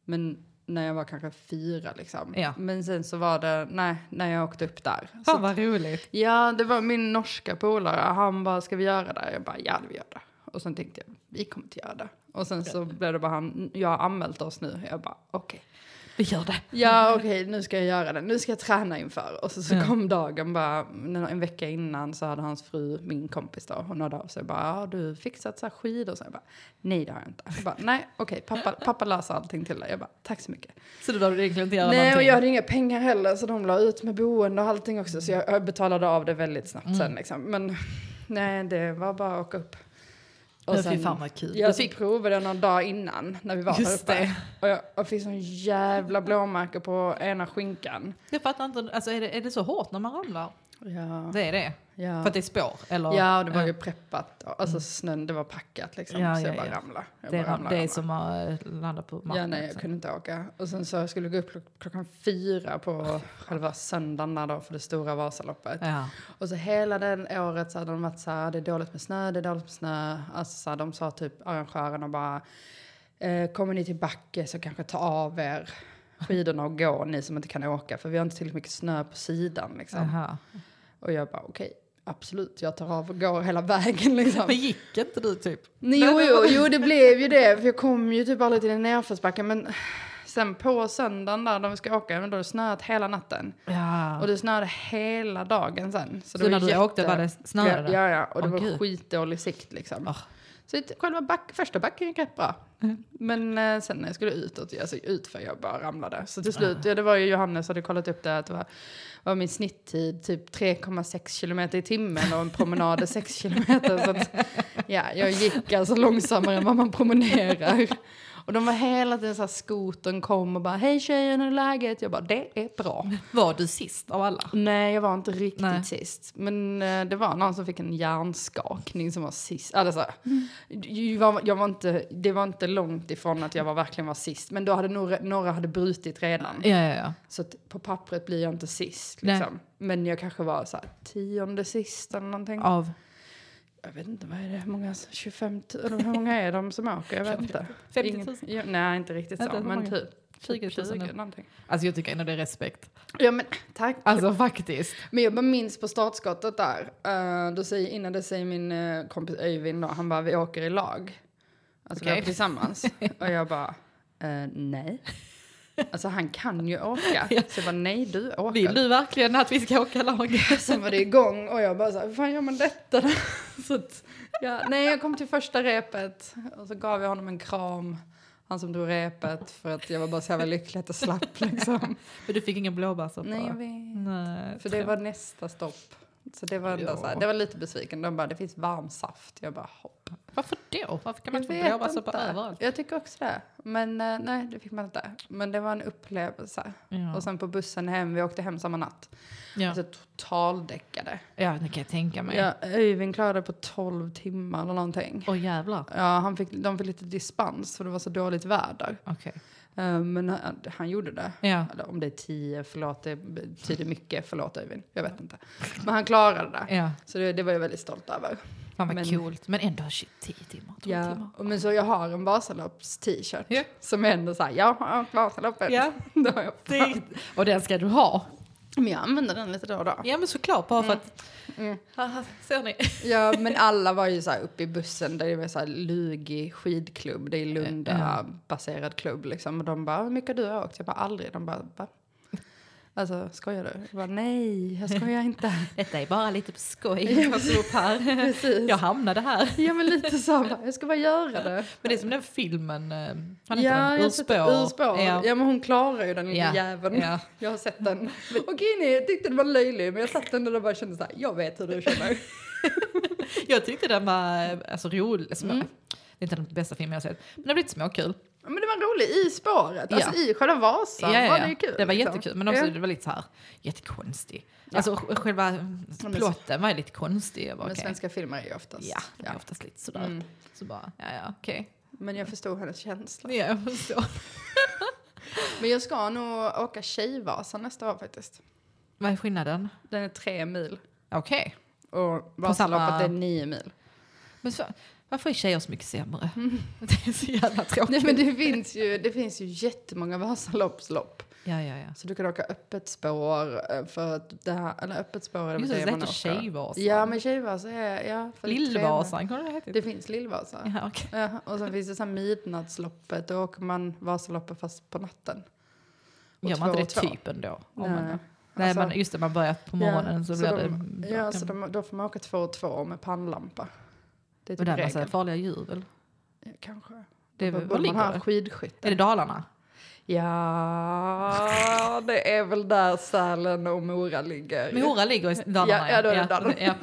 A: Men när jag var kanske fyra liksom.
B: Ja.
A: Men sen så var det, nej, när jag åkte upp där. Så,
B: Fan vad roligt.
A: ja, det var min norska polare. Han bara, ska vi göra det? Jag bara, ja vi gör det. Och sen tänkte jag, vi kommer inte göra det. Och sen så blev det bara han, jag har anmält oss nu. Jag bara, okej.
B: Vi gör det.
A: Ja okej, nu ska jag göra det. Nu ska jag träna inför. Och så, så kom dagen bara, när- en vecka innan så hade hans fru, min kompis då, hon hörde av sig och bara, har du fixat så här skidor? Så jag bara, nej det har jag inte. Jag bara, nej okej, pappa, pappa löser allting till dig. Jag bara, tack så mycket.
B: Så du behövde egentligen inte göra
A: Nej, och
B: någonting.
A: jag hade inga pengar heller så de la ut med boende och allting också. Så jag jag betalade av det väldigt snabbt
B: Mm.
A: sen liksom. Men nej, det var bara att åka upp.
B: Men fy fan vad kul. Du
A: Jag
B: fick-
A: fick provade det någon dag innan när vi var
B: Just
A: där uppe.
B: det.
A: Och jag, jag fick sån jävla blåmärke på ena skinkan.
B: Jag fattar inte, alltså är det, är det så hårt när man ramlar?
A: Ja,
B: Det är det.
A: ja.
B: För att det är spår? Eller?
A: ja och det var ju preppat. Alltså snön, det var packat liksom.
B: Ja,
A: så jag
B: ja,
A: bara
B: ja.
A: ramlade. Jag
B: Det
A: bara
B: är,
A: ramlade,
B: det är
A: ramlade.
B: som att landa på marken.
A: Ja, nej, jag
B: liksom.
A: kunde inte åka. Och sen så skulle jag gå upp klock- klockan fyra på själva söndagen där då för det stora Vasaloppet.
B: ja.
A: Och så hela den året så hade de varit så här, "Ah, det är dåligt med snö, det är dåligt med snö. Alltså så här, de sa typ arrangörerna bara, eh, kommer ni till backe så kanske ta av er skidorna och gå, ni som inte kan åka, för vi har inte tillräckligt mycket snö på sidan liksom.
B: Aha.
A: Och jag bara, okej, absolut, jag tar av och går hela vägen liksom.
B: Men gick inte du typ?
A: Nej, jo, jo, jo, det blev ju det. För jag kom ju typ aldrig till den nedförsbacken. Men sen på söndagen där, när vi ska åka, men då har det snöat hela natten.
B: Ja.
A: Och det snöade hela dagen sen.
B: Så när du åkte var det snöade det?
A: Ja, ja, och det
B: Åh,
A: var
B: gud.
A: skitdålig sikt liksom.
B: Ah. Mm.
A: Så inte- själva back, första backen gick rätt bra. Men eh, sen när jag skulle utåt, alltså ut för jag bara ramlade. Så
B: Ah.
A: till slut, ja, det var ju Johannes hade kollat upp det, att det var, var min snitttid typ 3,6 kilometer i timmen och en promenad är 6 kilometer. Så att, ja, jag gick alltså långsammare än vad man promenerar. Och Och de var hela tiden så här, skotern kom och bara hej tjejen hur är läget? Jag bara det är bra.
B: Var du sist av alla?
A: Nej, jag var inte riktigt
B: Nej.
A: sist. Men eh, det var någon som fick en hjärnskakning som var sist. Alltså, så här,
B: Mm.
A: jag var, jag var inte, det var inte långt ifrån att jag var, verkligen var sist. Men då hade några, några hade brutit redan.
B: Ja, ja, ja.
A: Så att på pappret blir jag inte sist.
B: Nej.
A: Liksom. Men jag kanske var så här, tionde sist eller någonting.
B: Mm. Av
A: Jag vet inte, vad är det? Hur många, 25, t- eller hur många är de som åker? Jag vet inte.
B: 50 000?
A: Ingen- ja, nej, inte riktigt så.
B: Vänta, hur
A: men
B: många?
A: typ
B: 20 000 nu.
A: någonting.
B: Alltså jag tycker ändå det är respekt.
A: Ja, men tack.
B: Alltså faktiskt.
A: Men jag bara minns på startskottet där. eh, då säger, innan det säger min eh, kompis Öyvind då, han bara vi åker i lag. Alltså vi
B: Okej.
A: åker tillsammans. Och jag bara, eh, nej. Alltså han kan ju åka. Så jag bara, nej du åker.
B: Vill du verkligen att vi ska åka lag?
A: (laughs)
B: (laughs)
A: Sen var det igång och jag bara så här, hur fan gör man detta då? (laughs) Så att, ja, nej, jag kom till första repet och så gav jag honom en kram. Han som drog repet för att jag var bara så jävla lycklig att det slapp liksom.
B: Men du fick ingen blåbärssoppa?
A: Nej, jag vet.
B: Nej.
A: För det var nästa stopp. Så det var ändå så här, det var lite besviken. De bara, det finns varm saft. Jag bara, hopp.
B: Varför då? Varför kan man
A: Jag
B: inte få
A: vet
B: blåbärssoppa
A: inte.
B: överallt?
A: Jag tycker också det. Men eh, nej, det fick man inte. Men det var en upplevelse.
B: Mm. Ja.
A: Och sen på bussen hem, vi åkte hem samma natt.
B: Ja.
A: Alltså totaldäckade.
B: ja, det kan jag tänka mig.
A: Ja, Öyvind klarade på 12 timmar eller någonting.
B: Åh jävlar.
A: Ja, han fick, de fick lite dispens för det var så dåligt väder.
B: Okej.
A: Eh, Men han, han gjorde det.
B: Ja.
A: Eller om det är 10, förlåt, det betyder mycket, förlåt Öyvind, jag vet inte. Men han klarade det.
B: Ja,
A: Så det, det var jag väldigt stolt över.
B: fan vad
A: Men-
B: coolt. Men ändå shit, 10 timmar, 12 timmar.
A: Ja. och Men så jag har en Vasaloppst-t-shirt
B: Ja.
A: som är ändå så här, jag har åkt Vasaloppet. (laughs)
B: Ja.
A: Det har jag.
B: (laughs) Och den ska du ha.
A: Men jag använder den lite då och då.
B: Ja men såklart, bara för att...
A: Mm.
B: Haha, Ser ni?
A: Ja, men alla var ju så här uppe i bussen. Där det var så här lugig skidklubb. Det är Lunda-baserad klubb liksom. Och de bara, hur mycket har du åkt? Jag bara, aldrig. De bara, va? Alltså, skojar du? Jag bara, nej, jag skojar inte.
B: (laughs)
A: (laughs)
B: Detta är bara lite på skoj. Jag slog upp här.
A: Precis.
B: (laughs) Jag hamnade här.
A: Ja, men lite så. Jag bara, Jag ska bara göra det.
B: Men det är som den filmen, eh, han heter
A: Ja,
B: den?
A: jag har sett det. Urspår. Ja.
B: Ja.
A: men hon klarar ju den lilla
B: Ja,
A: jäveln.
B: ja.
A: (laughs) Jag har sett
B: (laughs)
A: den. Och grejen är, jag tyckte den var löjlig, men jag satt ändå där och bara kände så här, jag vet hur du
B: (laughs)
A: känner.
B: Jag tyckte den var eh, alltså, rolig. Alltså,
A: Mm.
B: Det är inte den bästa filmen jag har sett. Men den blev lite småkul.
A: Ja, Men det var rolig i spåret, alltså i själva Vasan var det ju kul.
B: det var
A: liksom.
B: jättekul. Men också
A: Ja.
B: det var lite så här, jättekonstig. Alltså sj- själva mm,
A: men-
B: plotten var ju lite konstig. Jag bara,
A: Men
B: okej.
A: svenska filmer är ju oftast...
B: Ja, det är oftast lite sådär.
A: Mm.
B: Så bara, ja ja okej.
A: Men jag förstod hennes känsla.
B: (laughs) Ja, jag förstår.
A: Men jag ska nog åka Tjejvasan nästa år faktiskt.
B: Vad är skillnaden?
A: Den är tre mil.
B: Okej.
A: Och Vasaloppet
B: samma-
A: är nio mil.
B: Men så, varför är tjejer så mycket sämre? (laughs) Det är så jävla tråkigt.
A: Nej men det finns ju, det finns ju jättemånga Vasaloppslopp.
B: (laughs) Ja, ja, ja.
A: Så du kan åka öppet spår eh, för att det här, eller öppet spår är väl
B: Just det, det
A: man
B: heter
A: åker.
B: Tjejvasan.
A: Ja men Tjejvasan är, ja. för det är tre mil.
B: Lillvasan kunde det ha hetat.
A: Det finns Lillvasan.
B: Ja, okej.
A: Ja, och sen finns det så här midnattsloppet, då åker man Vasaloppet fast på natten. Och
B: Gör man
A: två
B: inte
A: och
B: det
A: två.
B: typen då? Om
A: Nej.
B: man, nej,
A: Alltså-
B: man, just det, man börjar på morgonen så, blir
A: de,
B: det...
A: Ja, så de, då får man åka två och två med pannlampa. Det är
B: och
A: typ
B: där är massa
A: regeln.
B: farliga djur väl?
A: Ja, Kanske.
B: Det är,
A: Då
B: väl-
A: borde
B: var
A: man
B: ligger
A: ha
B: det?
A: skidskytte.
B: Är det Dalarna?
A: Ja, det är väl där Sälen och Mora ligger.
B: Mora ligger i Dalarna
A: Ja, ja, då är det Dalarna.
B: Ja.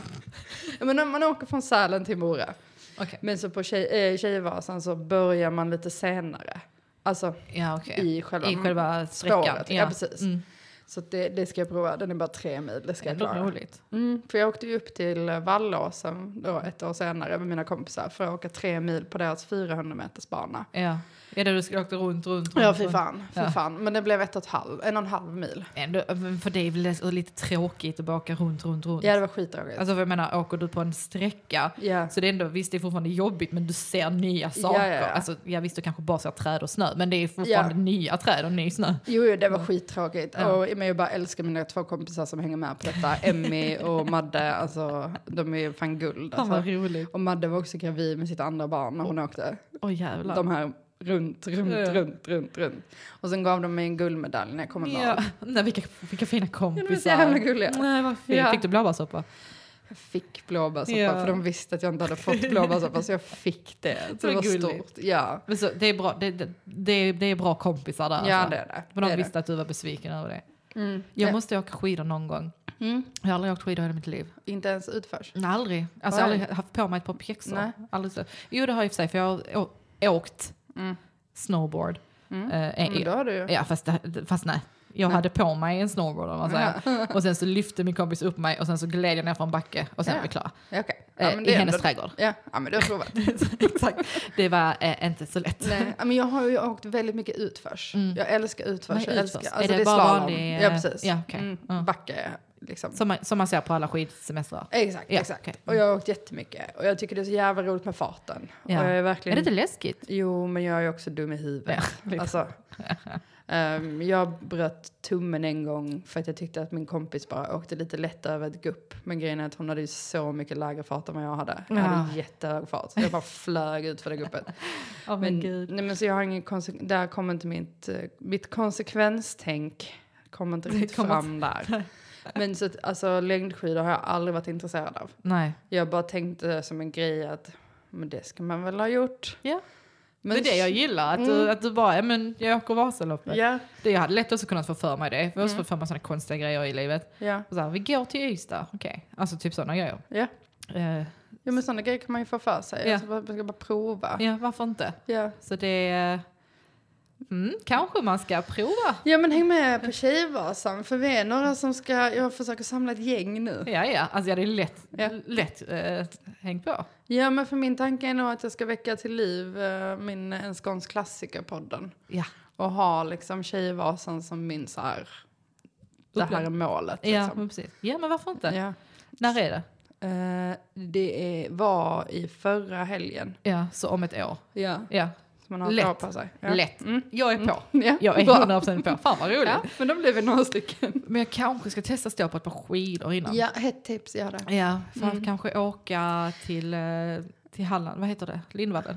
A: Ja, Men när man åker från Sälen till Mora.
B: Okej.
A: Men så på tjej, eh, Tjejvasan så börjar man lite senare. Alltså
B: Ja, okej.
A: i själva...
B: I själva sträckan.
A: spåret, ja, precis.
B: Mm.
A: Så det, det ska jag prova. Den är bara tre mil, det ska jag
B: Ändå
A: klara.
B: roligt.
A: Mm, för jag åkte ju upp till eh, Vallåsen då ett år senare med mina kompisar för att åka tre mil på deras 400 meters bana.
B: Ja. Är det du ska åka runt, runt, runt?
A: Ja, fy
B: runt?
A: fan. Fy
B: Ja.
A: fan. Men det blev ett och ett halv, en och en halv mil.
B: Ändå, men för det är väl så lite tråkigt att bara åka runt, runt, runt.
A: Ja, det var skittråkigt.
B: Alltså för jag menar, åker du på en sträcka
A: Ja.
B: så det är ändå, visst det är fortfarande jobbigt men du ser nya
A: ja,
B: saker.
A: ja.
B: Alltså, ja visst du kanske bara ser träd och snö men det är fortfarande
A: Ja.
B: nya träd och ny snö.
A: Jo, jo, det var skittråkigt.
B: Ja.
A: Och, men jag bara älskar mina två kompisar som hänger med på detta. Emmy och Madde, alltså de är fan guld.
B: Fan vad
A: Alltså.
B: roligt.
A: Och Madde var också gravid med sitt andra barn när hon åkte.
B: Åh jävlar.
A: De här runt, runt,
B: Ja.
A: runt, runt, runt. Och sen gav de mig en guldmedalj när jag kom i mål.
B: ja. (laughs) Nej, vilka, vilka fina
A: Ja,
B: kompisar.
A: de är så jävla gulliga.
B: Nej vad fint.
A: Ja.
B: Fick du blåbärssoppa?
A: Jag fick blåbärssoppa
B: Ja.
A: för de visste att jag inte hade
B: (laughs)
A: fått blåbärssoppa så jag fick det. Så det
B: Vad
A: var
B: gulligt.
A: stort. Ja,
B: Men så, det, är bra, det, det, det, är, det är bra kompisar där.
A: ja
B: alltså.
A: det är det.
B: För
A: det
B: de
A: är det.
B: visste att du var besviken över det.
A: Mm.
B: Jag
A: Ja.
B: måste åka skidor någon gång.
A: Mm.
B: Jag har aldrig åkt skidor i hela mitt liv.
A: Inte ens utförs.
B: Nej, aldrig. Alltså,
A: Nej.
B: jag har aldrig haft på mig ett par pjäxor.
A: Nej.
B: Aldrig så. Jo, det har jag i och för sig, för jag har å- åkt
A: Mm.
B: snowboard.
A: Mm.
B: Eh,
A: Ja, men då har du ju.
B: Ja, fast, det- fast nej. Jag
A: Nej.
B: hade på mig en snowboard om man säger. Och sen så lyfte min kompis upp mig och sen så gled jag ner för en backe och sen
A: Ja.
B: var vi klara.
A: (laughs) Ja, okej.
B: Eh,
A: Ja, men det
B: I
A: är
B: hennes
A: ändå-
B: trädgård. (laughs)
A: Ja, ja, men det har jag provat.
B: Exakt. Det var eh, inte så lätt.
A: Nej, ja, men jag har ju åkt väldigt mycket utförs.
B: Mm.
A: Jag älskar utförs.
B: Vad är
A: jag
B: utförs?
A: älskar,
B: Är
A: alltså,
B: det
A: det är
B: bara
A: slalom.
B: vanlig,
A: ja,
B: eh,
A: precis.
B: ja, okej.
A: Mm,
B: Ja.
A: Backe, liksom.
B: Som, man, som man ser på alla skidsemestrar.
A: Exakt,
B: Ja,
A: exakt.
B: okej.
A: Och jag har åkt jättemycket. Och jag tycker det är så jävla roligt med farten.
B: Ja.
A: Och jag är
B: Är
A: verkligen...
B: det inte läskigt?
A: Jo, men jag är ju också dum i huvudet.
B: (laughs) lite.
A: alltså, ehm, jag bröt tummen en gång för att jag tyckte att min kompis bara åkte lite lätt över ett gupp. Men grejen är att hon hade ju så mycket lägre fart än vad jag hade. Jag hade
B: Ja.
A: jättehög fart. Så jag
B: (laughs)
A: bara flög ut för det guppet.
B: Åh,
A: Men, nej, men så jag har ingen konse- där kommer inte mitt, eh, mitt konsekvenstänk kommer inte riktigt
B: kommer
A: fram
B: (laughs)
A: där. Men så att, alltså, längdskidor har jag aldrig varit intresserad av.
B: Nej.
A: Jag bara tänkte som en grej att men det ska man väl ha gjort.
B: Ja.
A: Men
B: det är det jag gillar, att
A: Mm.
B: du, att du bara, ja men jag åker Vasaloppet.
A: Ja,
B: Det, jag hade lätt också kunnat få för mig det, för jag har också
A: Mm.
B: fått för mig sådana konstiga grejer i livet.
A: ja,
B: Och så här, vi går till Ystad, okej. Alltså typ sådana grejer.
A: ja.
B: Eh,
A: Ja men sådana grejer kan man ju få för sig.
B: Ja.
A: Alltså, man ska bara prova.
B: ja, varför inte?
A: Ja.
B: Så det, eh, mm, kanske man ska prova.
A: ja men häng med på Tjejvasan för vi är några som ska, jag försöker samla ett gäng nu.
B: Ja, ja, alltså jag hade lätt,
A: Ja.
B: lätt eh, hängt på.
A: Ja men för min tanke är nog att jag ska väcka till liv eh, min En skånsk klassiker-podden.
B: Ja.
A: Och ha liksom Tjejvasan som min så här, det här är målet.
B: Ja,
A: Liksom.
B: men precis. Ja, men varför inte?
A: Ja.
B: När är det?
A: Eh, det är, var i förra helgen.
B: Ja, så om ett år.
A: Ja.
B: Ja,
A: Så man har
B: Lätt.
A: ett år på sig. Ja. Mm.
B: lätt. Jag är på.
A: Ja.
B: Jag är
A: bra.
B: 100% på. Fan vad roligt.
A: Ja, men då blir vi några stycken.
B: Men jag kanske ska testa stå på ett par skidor innan.
A: Ja, hett tips, gör det.
B: Ja, för
A: Mm.
B: att kanske åka till, eh, till Halland, vad heter det? Lindvallen?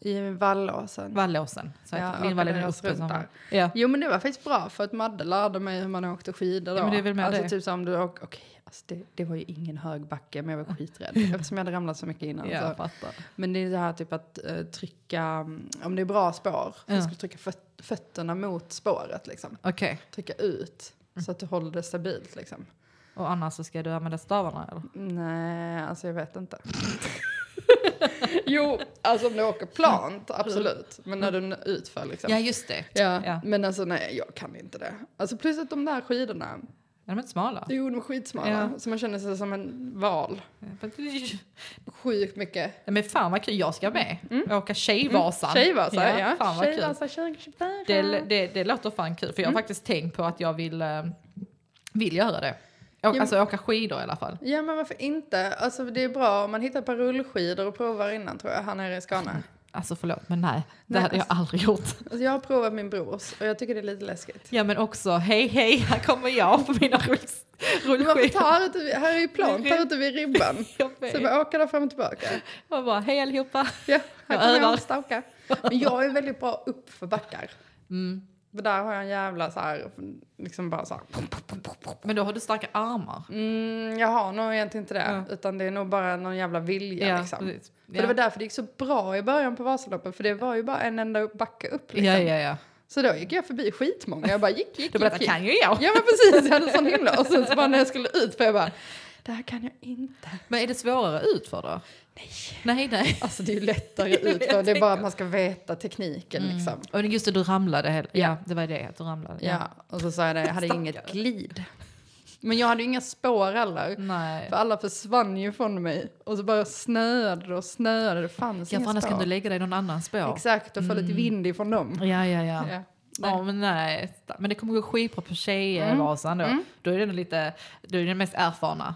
A: I Vallåsen.
B: Vallåsen.
A: Ja,
B: Så heter det.
A: åka
B: Lindvallen är
A: deras
B: uppe
A: runt
B: som...
A: där.
B: Ja.
A: Jo men det var faktiskt bra för att Madde lärde mig hur man åkte skidor då.
B: Ja, men det är väl med
A: alltså
B: det.
A: typ som du åker, okej, alltså det, det var ju ingen hög backe men jag var
B: (laughs)
A: skiträdd eftersom jag hade ramlat så mycket innan.
B: Ja, jag
A: Så.
B: fattar.
A: Men det är det här typ att eh, trycka, mm, om det är bra spår,
B: Ja.
A: så ska du trycka föt- fötterna mot spåret liksom.
B: Okej,
A: Trycka ut
B: Mm.
A: så att du håller det stabilt liksom.
B: och annars så ska du använda stavarna eller?
A: Nej, alltså jag vet inte. (laughs) jo, alltså om du åker plant, absolut. Men när du utför liksom.
B: Mm. Ja, just det.
A: Ja,
B: Ja.
A: men alltså nej, jag kan inte det. Alltså plus att de där skidorna,
B: Är de inte smala?
A: jo de är skitsmala.
B: Ja.
A: Så man känner sig som en val. Sjukt mycket.
B: Ja, Men fan vad kul, jag ska med. Åka Tjejvasan.
A: Tjejvasa, Mm. ja.
B: Fan vad kul.
A: Tjejvasa 2024.
B: Det, det, det låter fan kul, för jag har
A: Mm.
B: faktiskt tänkt på att jag vill, eh, vill göra det. Å,
A: men-
B: alltså åka skidor i alla fall.
A: Ja men varför inte? Alltså det är bra om man hittar ett par rullskidor och provar innan tror jag, här nere i Skåne.
B: Alltså förlåt, men nej. det
A: Nej,
B: hade jag aldrig gjort.
A: Alltså jag har provat min brors och jag tycker det är lite
B: (laughs)
A: läskigt.
B: Ja men också, hej hej, här kommer jag på (laughs) mina rulls-
A: Men varför
B: rullskidor.
A: ta här ute, vid- här är ju plant här ute vid ribban.
B: (laughs) Jag
A: Så
B: vet.
A: bara åka där fram och (laughs) tillbaka.
B: Jag bara, hej allihopa.
A: Ja, här
B: Jag
A: kommer
B: övar.
A: jag att staka. Men jag är väldigt bra uppför backar.
B: Mm.
A: För där har jag en jävla så här, liksom bara så här.
B: Men då har du starka armar.
A: Mm, jag har nog egentligen inte det, utan det är nog bara någon jävla vilja liksom. För
B: precis.
A: det var
B: ja.
A: därför det gick så bra i början på Vasaloppet, för det var ju bara en enda backe upp liksom.
B: ja, ja, ja.
A: Så då gick jag förbi skitmånga, jag bara gick, gick,
B: Då
A: gick.
B: berättar
A: gick.
B: kan ju jag.
A: Ja men precis, jag hade sån himla, och sen så bara när jag skulle ut för jag bara, det här kan jag inte.
B: Men är det svårare ut för då? Nej. Nej, nej.
A: Alltså det är ju lättare (laughs) ut för
B: Jag
A: det är bara
B: tänker.
A: att man ska veta tekniken liksom.
B: (laughs) Och just det, du ramlade. Heller. Ja, det var det, att du ramlade.
A: Ja, och så sa jag det, jag hade inget glid. Men jag hade ju inga spår heller.
B: Nej.
A: För alla försvann ju från mig. Och så bara snöade det och snöade, det fanns
B: Ja, för
A: inga
B: annars kan du
A: spår.
B: lägga dig i någon annans spår.
A: Exakt, och få lite vind ifrån dem.
B: Ja, ja, ja. Mm.
A: Ja.
B: Ja, men nej. Men det kommer gå skitbra på Tjejvasan då. Då är det nog lite, då är det den mest erfarna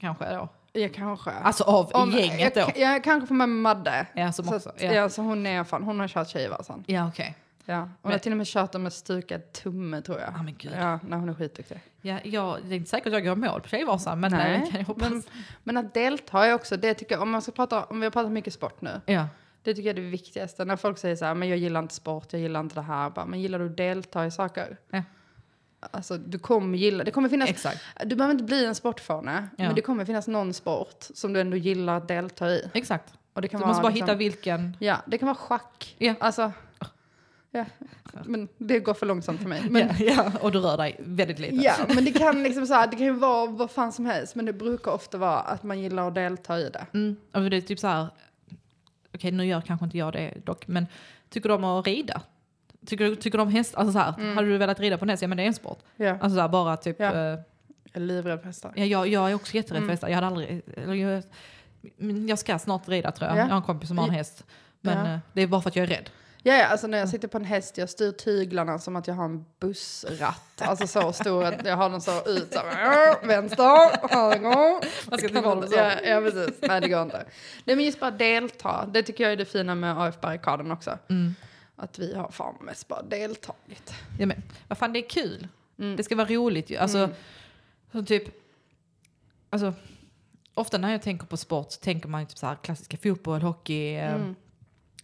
B: kanske då.
A: Jag kanske.
B: Alltså av
A: Om-
B: gänget då.
A: jag, jag kanske får med mig Madde.
B: Ja, som
A: så,
B: också.
A: att-
B: Ja, ja.
A: ja, så hon är fan, hon har kört Tjejvasan.
B: okej.
A: Ja. Och hon har till och med kört dem med stukad tumme tror jag.
B: Ja, men gud.
A: Ja, när hon är skitduktig.
B: Ja, jag, det är inte säkert att jag går i mål på Tjejvasan, men nej. det kan jag hoppas.
A: men, men att delta är också, det tycker jag, om man ska prata, om vi har pratat mycket sport nu.
B: ja.
A: Det tycker jag är det viktigaste. När folk säger så här, men jag gillar inte sport, jag gillar inte det här. Bara, men gillar du att delta i saker?
B: Ja.
A: Alltså, du kommer gilla, det kommer finnas,
B: Exakt.
A: du behöver inte bli en sportfane,
B: Ja.
A: men det kommer finnas någon sport som du ändå gillar att delta i.
B: Exakt.
A: Och det kan
B: Du
A: vara,
B: måste bara
A: liksom-
B: hitta vilken.
A: Ja, det kan vara schack.
B: Ja.
A: Alltså, ja. Men det går för långsamt för mig. Men,
B: Men, (laughs) ja, och du rör dig väldigt lite.
A: Ja, men det kan liksom så här, det kan ju vara vad fan
B: Alltså,
A: som helst, men det brukar ofta vara att man gillar att delta i det.
B: Mm. Och det är typ så här, okej nu gör kanske inte jag det dock, men tycker du om att rida? Tycker du, tycker du om häst? Alltså så här, hade du velat rida på en häst? Ja men det är en sport.
A: Ja.
B: Alltså så här, bara typ,
A: Mm. Ja. Mm.
B: eh,
A: Jag är livrädd för hästar.
B: ja, jag, jag är också jätterädd för hästar. Jag hade aldrig, eller jag, men jag ska snart rida tror jag.
A: Ja.
B: Jag har en kompis som har en häst. Men
A: Ja.
B: eh, det är bara för att jag är rädd.
A: Ja, ja, alltså när jag sitter på en häst, jag styr tyglarna som att jag har en bussratt. Alltså så stor att jag har den så ut, så här, (laughs) vänster, höger.
B: Man
A: Kan
B: ska typ
A: hålla
B: hålla
A: så.
B: så.
A: Ja, ja, precis. Nej, det går inte. Nej, men just bara delta. Det tycker jag är det fina med AF-barrikaden också.
B: Mm.
A: Att vi har fan mest bara deltagit.
B: Ja, men, vad fan det är kul.
A: Mm.
B: Det ska vara roligt ju. Alltså, så typ, alltså, ofta när jag tänker på sport så tänker man ju typ så här klassiska fotboll, hockey. eh,
A: Mm.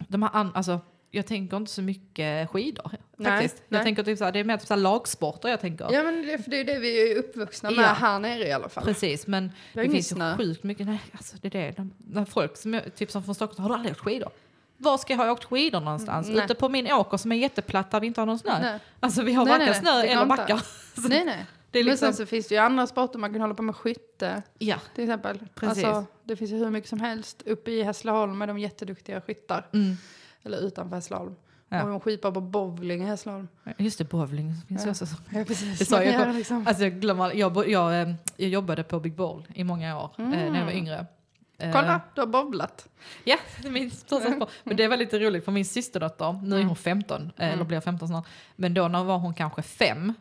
B: De här an- alltså, jag tänker inte så mycket skidor
A: Nej,
B: faktiskt.
A: nej.
B: Jag tänker typ så här, det är mer typ så här lagsporter jag tänker.
A: Ja, men det, för det är ju det vi är uppvuxna med
B: Ja.
A: här nere i alla fall.
B: Precis, men
A: Det
B: det,
A: är ingen
B: finns
A: snö.
B: ju sjukt mycket. Nej, alltså det är det. De, när folk som, är- typ som från Stockholm, har du aldrig åkt skidor? Var ska jag ha åkt skidor någonstans?
A: Mm, nej.
B: Ute på min åker som är jätteplatt där vi inte har någon snö.
A: Nej.
B: Alltså vi har
A: Nej,
B: varken
A: nej, nej.
B: snö
A: Det går
B: eller
A: inte.
B: backar. (laughs) Så-
A: Nej, nej.
B: Det är
A: Men sen
B: liksom,
A: så finns det ju andra sporter man kan hålla på med skytte.
B: ja.
A: Till exempel.
B: Precis.
A: Alltså, det finns ju hur mycket som helst. Uppe i Hässleholm är de jätteduktiga skyttar.
B: Mm.
A: Eller utanför Hässleholm.
B: Ja.
A: Och de skipar på bowling i Hässleholm.
B: Just det, bowling finns ju
A: Ja.
B: också.
A: Ja, precis.
B: Det sa jag
A: Ja,
B: på-
A: liksom.
B: Alltså jag glömmer aldrig- jag, bo- jag, eh, jag jobbade på Big Bowl i många år eh, när jag var yngre. Eh,
A: Kolla, du har bowlat.
B: Ja, (laughs) det är min första sport. Men det var lite roligt för min systerdotter, nu är hon 15, eh, eller blir 15 snart, men då när var hon kanske 5.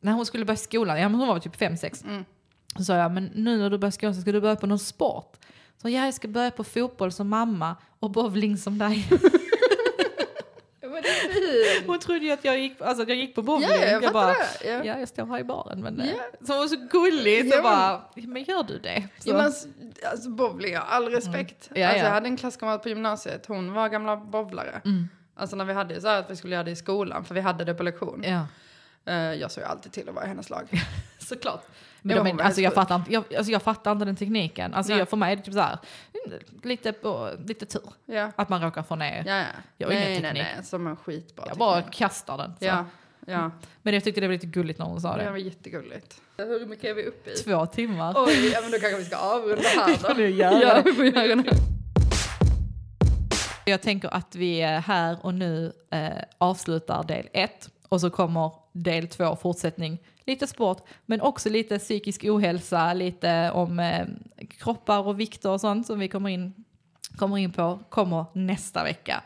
B: när hon skulle börja skolan, ja men hon var typ 5-6.
A: Mm.
B: Så sa jag, men nu när du börjar skolan så ska du börja på någon sport. Så ja, jag ska börja på fotboll som mamma och bowling som dig.
A: Vad det är fint.
B: Hon trodde ju att jag gick, alltså, att jag gick på
A: Ja,
B: bowling.
A: ja, jag
B: jag
A: fattar
B: bara,
A: det. Ja.
B: Ja, jag står här i baren. Men, eh,
A: Ja.
B: yeah. Så hon var så gullig. Så
A: Ja.
B: bara, men gör du det? Så, Mm.
A: Ja, men, s- alltså bowling, jag har all respekt. alltså,
B: Ja, ja. Mm.
A: Jag hade en klasskamrat på gymnasiet, hon var gamla bowlare. Alltså när vi hade ju så här att vi skulle göra det i skolan, för vi hade det på lektion.
B: ja,
A: Eh, jag såg ju alltid till att vara i hennes lag.
B: såklart.
A: Ja,
B: Men de,
A: hon var
B: är- alltså, jag,
A: helt
B: fattar inte, jag, alltså, jag fattar inte den tekniken. Alltså,
A: Nej.
B: jag, för mig är det typ så här, mm, lite, på, lite tur
A: Ja,
B: att man råkar få ner.
A: ja, ja.
B: Jag har ingen
A: nej, nej,
B: teknik.
A: nej, som en skitbra
B: Jag bara
A: teknik.
B: kastar den. Så.
A: Ja, ja.
B: Men jag tyckte det var lite gulligt när hon sa
A: Det
B: alltså. det.
A: var jättegulligt. Hur mycket är vi uppe i?
B: Två timmar.
A: Oj, ja, men då kanske vi ska avrunda här
B: Får
A: då.
B: ni göra det.
A: vi får göra det.
B: Jag tänker att vi eh, här och nu eh, avslutar del ett och så kommer del två fortsättning. Lite sport men också lite psykisk ohälsa, lite om eh, kroppar och vikter och sånt som vi kommer in, kommer in på, kommer nästa vecka.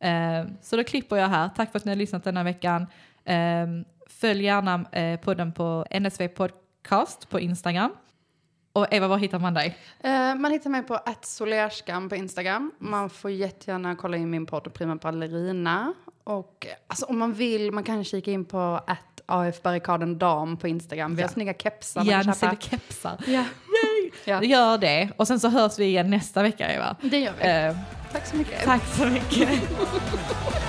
B: Eh, så då klipper jag här. Tack för att ni har lyssnat denna veckan. Eh, följ gärna eh, podden på NSV Podcast på Instagram. Och Eva, var hittar man dig?
A: Eh, man hittar mig på attsolerskam på Instagram. Man får jättegärna kolla in min podd Prima Ballerina. Och eh, alltså, om man vill, man kan kika in på att AF Barrikaden Dam på Instagram. Vi har
B: Ja.
A: snygga kepsar man kan köpa.
B: Järnsälj kepsar.
A: Ja. Ja.
B: Gör det. Och sen så hörs vi igen nästa vecka, Eva.
A: Det gör vi.
B: Eh,
A: Tack så mycket.
B: tack så mycket.